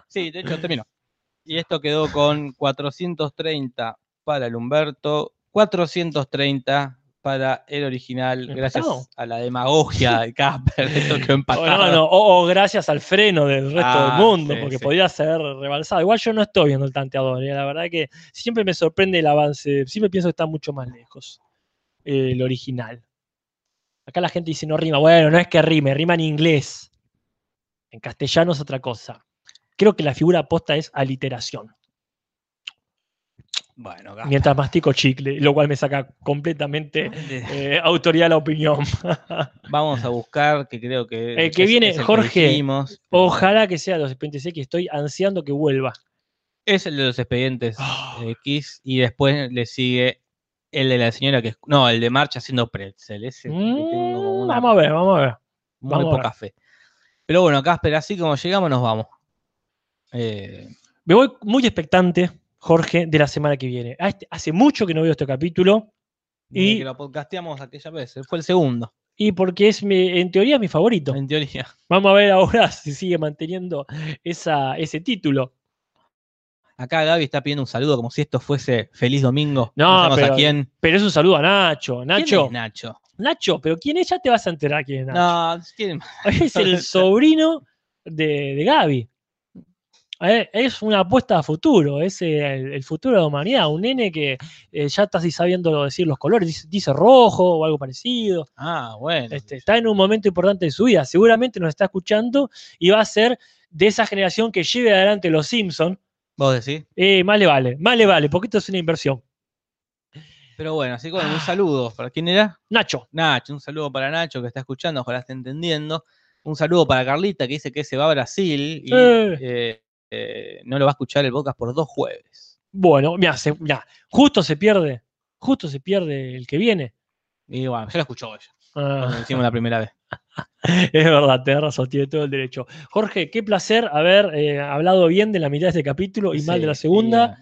[SPEAKER 3] Sí, de hecho terminó. Y esto quedó con 430 para el Humberto, 430 para el original, gracias
[SPEAKER 2] Empatado.
[SPEAKER 3] a la demagogia de Casper, esto
[SPEAKER 2] <laughs>
[SPEAKER 3] quedó
[SPEAKER 2] O,
[SPEAKER 3] empatado.
[SPEAKER 2] no, no, o- o gracias al freno del resto
[SPEAKER 3] Ah,
[SPEAKER 2] del mundo,
[SPEAKER 3] sí,
[SPEAKER 2] porque
[SPEAKER 3] sí.
[SPEAKER 2] podría ser rebalsado. Igual yo no estoy viendo el tanteador, ¿eh? la verdad que siempre me sorprende el avance, siempre pienso que está mucho más lejos eh, el original. Acá la gente dice no rima, bueno, no es que rime, rima en inglés. En castellano es otra cosa. Creo que la figura aposta es aliteración,
[SPEAKER 3] Bueno, Casper.
[SPEAKER 2] mientras mastico chicle, lo cual me saca
[SPEAKER 3] <laughs>
[SPEAKER 2] completamente eh, autoridad a la opinión.
[SPEAKER 3] Vamos a buscar, que creo que.
[SPEAKER 2] El que
[SPEAKER 3] es-
[SPEAKER 2] viene,
[SPEAKER 3] es el
[SPEAKER 2] Jorge.
[SPEAKER 3] dijimos.
[SPEAKER 2] Ojalá que sea los expedientes X, estoy ansiando que vuelva.
[SPEAKER 3] Es el de los expedientes X y después le sigue el de la señora que. es- No, el de Marcha haciendo pretzel. Ese le tengo como
[SPEAKER 2] Este, Mm,
[SPEAKER 3] una
[SPEAKER 2] Vamos a ver, vamos a ver.
[SPEAKER 3] muy
[SPEAKER 2] vamos a ver.
[SPEAKER 3] poca fe. Pero bueno, Casper, así como llegamos, nos vamos. Eh,
[SPEAKER 2] Me voy muy expectante, Jorge, de la semana que viene. Ah, este- Hace mucho que no veo este capítulo
[SPEAKER 3] y
[SPEAKER 2] Y-
[SPEAKER 3] que lo podcasteamos aquella vez. eh, Fue el segundo,
[SPEAKER 2] y porque es mi- en teoría mi favorito.
[SPEAKER 3] en teoría.
[SPEAKER 2] Vamos a ver ahora <laughs> si sigue manteniendo esa, ese título.
[SPEAKER 3] Acá Gaby está pidiendo un saludo como si esto fuese feliz domingo.
[SPEAKER 2] No,
[SPEAKER 3] sabemos
[SPEAKER 2] pero-
[SPEAKER 3] a quién.
[SPEAKER 2] Pero es un saludo a Nacho.
[SPEAKER 3] ¿Quién
[SPEAKER 2] Nacho,
[SPEAKER 3] es Nacho.
[SPEAKER 2] Nacho, pero ¿quién es? Ya te vas a enterar quién es Nacho.
[SPEAKER 3] No, ¿quién?
[SPEAKER 2] Es el sobrino de, de Gaby. Eh, Es una apuesta a futuro, es el, el futuro de la humanidad. Un nene que eh, ya está así sabiendo decir los colores, dice, dice rojo o algo parecido.
[SPEAKER 3] Ah, bueno.
[SPEAKER 2] Este, está en un momento importante de su vida. Seguramente nos está escuchando y va a ser de esa generación que lleve adelante los Simpsons.
[SPEAKER 3] Vos decís.
[SPEAKER 2] Eh, más le vale, más le vale, porque esto es una inversión.
[SPEAKER 3] Pero bueno, así que bueno, un
[SPEAKER 2] Ah.
[SPEAKER 3] saludo. ¿Para quién era?
[SPEAKER 2] Nacho,
[SPEAKER 3] Nacho, un saludo para Nacho que está escuchando, ojalá esté entendiendo. Un saludo para Carlita que dice que se va a Brasil y
[SPEAKER 2] Eh.
[SPEAKER 3] eh, eh, no lo va a escuchar el podcast por dos jueves.
[SPEAKER 2] bueno, mira, justo se pierde, justo se pierde el que viene.
[SPEAKER 3] Y bueno, ya lo escuchó ella,
[SPEAKER 2] Ah.
[SPEAKER 3] cuando lo hicimos la primera vez.
[SPEAKER 2] Es verdad, tenés razón, tiene todo el derecho. Jorge, qué placer haber eh, hablado bien de la mitad de este capítulo y mal de la
[SPEAKER 3] Sí,
[SPEAKER 2] segunda.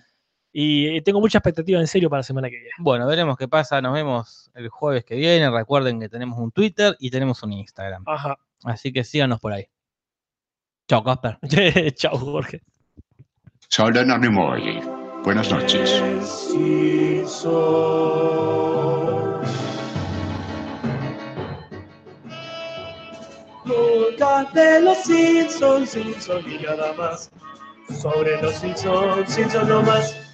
[SPEAKER 3] y, eh,
[SPEAKER 2] Y, eh, tengo mucha expectativa en serio para la semana que viene.
[SPEAKER 3] bueno, veremos qué pasa. Nos vemos el jueves que viene. Recuerden que tenemos un Twitter y tenemos un Instagram.
[SPEAKER 2] <laughs> Ajá.
[SPEAKER 3] Así que síganos por ahí. Chao, Casper.
[SPEAKER 2] Chao, Jorge.
[SPEAKER 5] Anónimo Oye. Buenas noches.
[SPEAKER 1] Preciso. Nunca de los Simpsons, Simpsons y nada más. Sobre los Simpsons, Simpsons no más.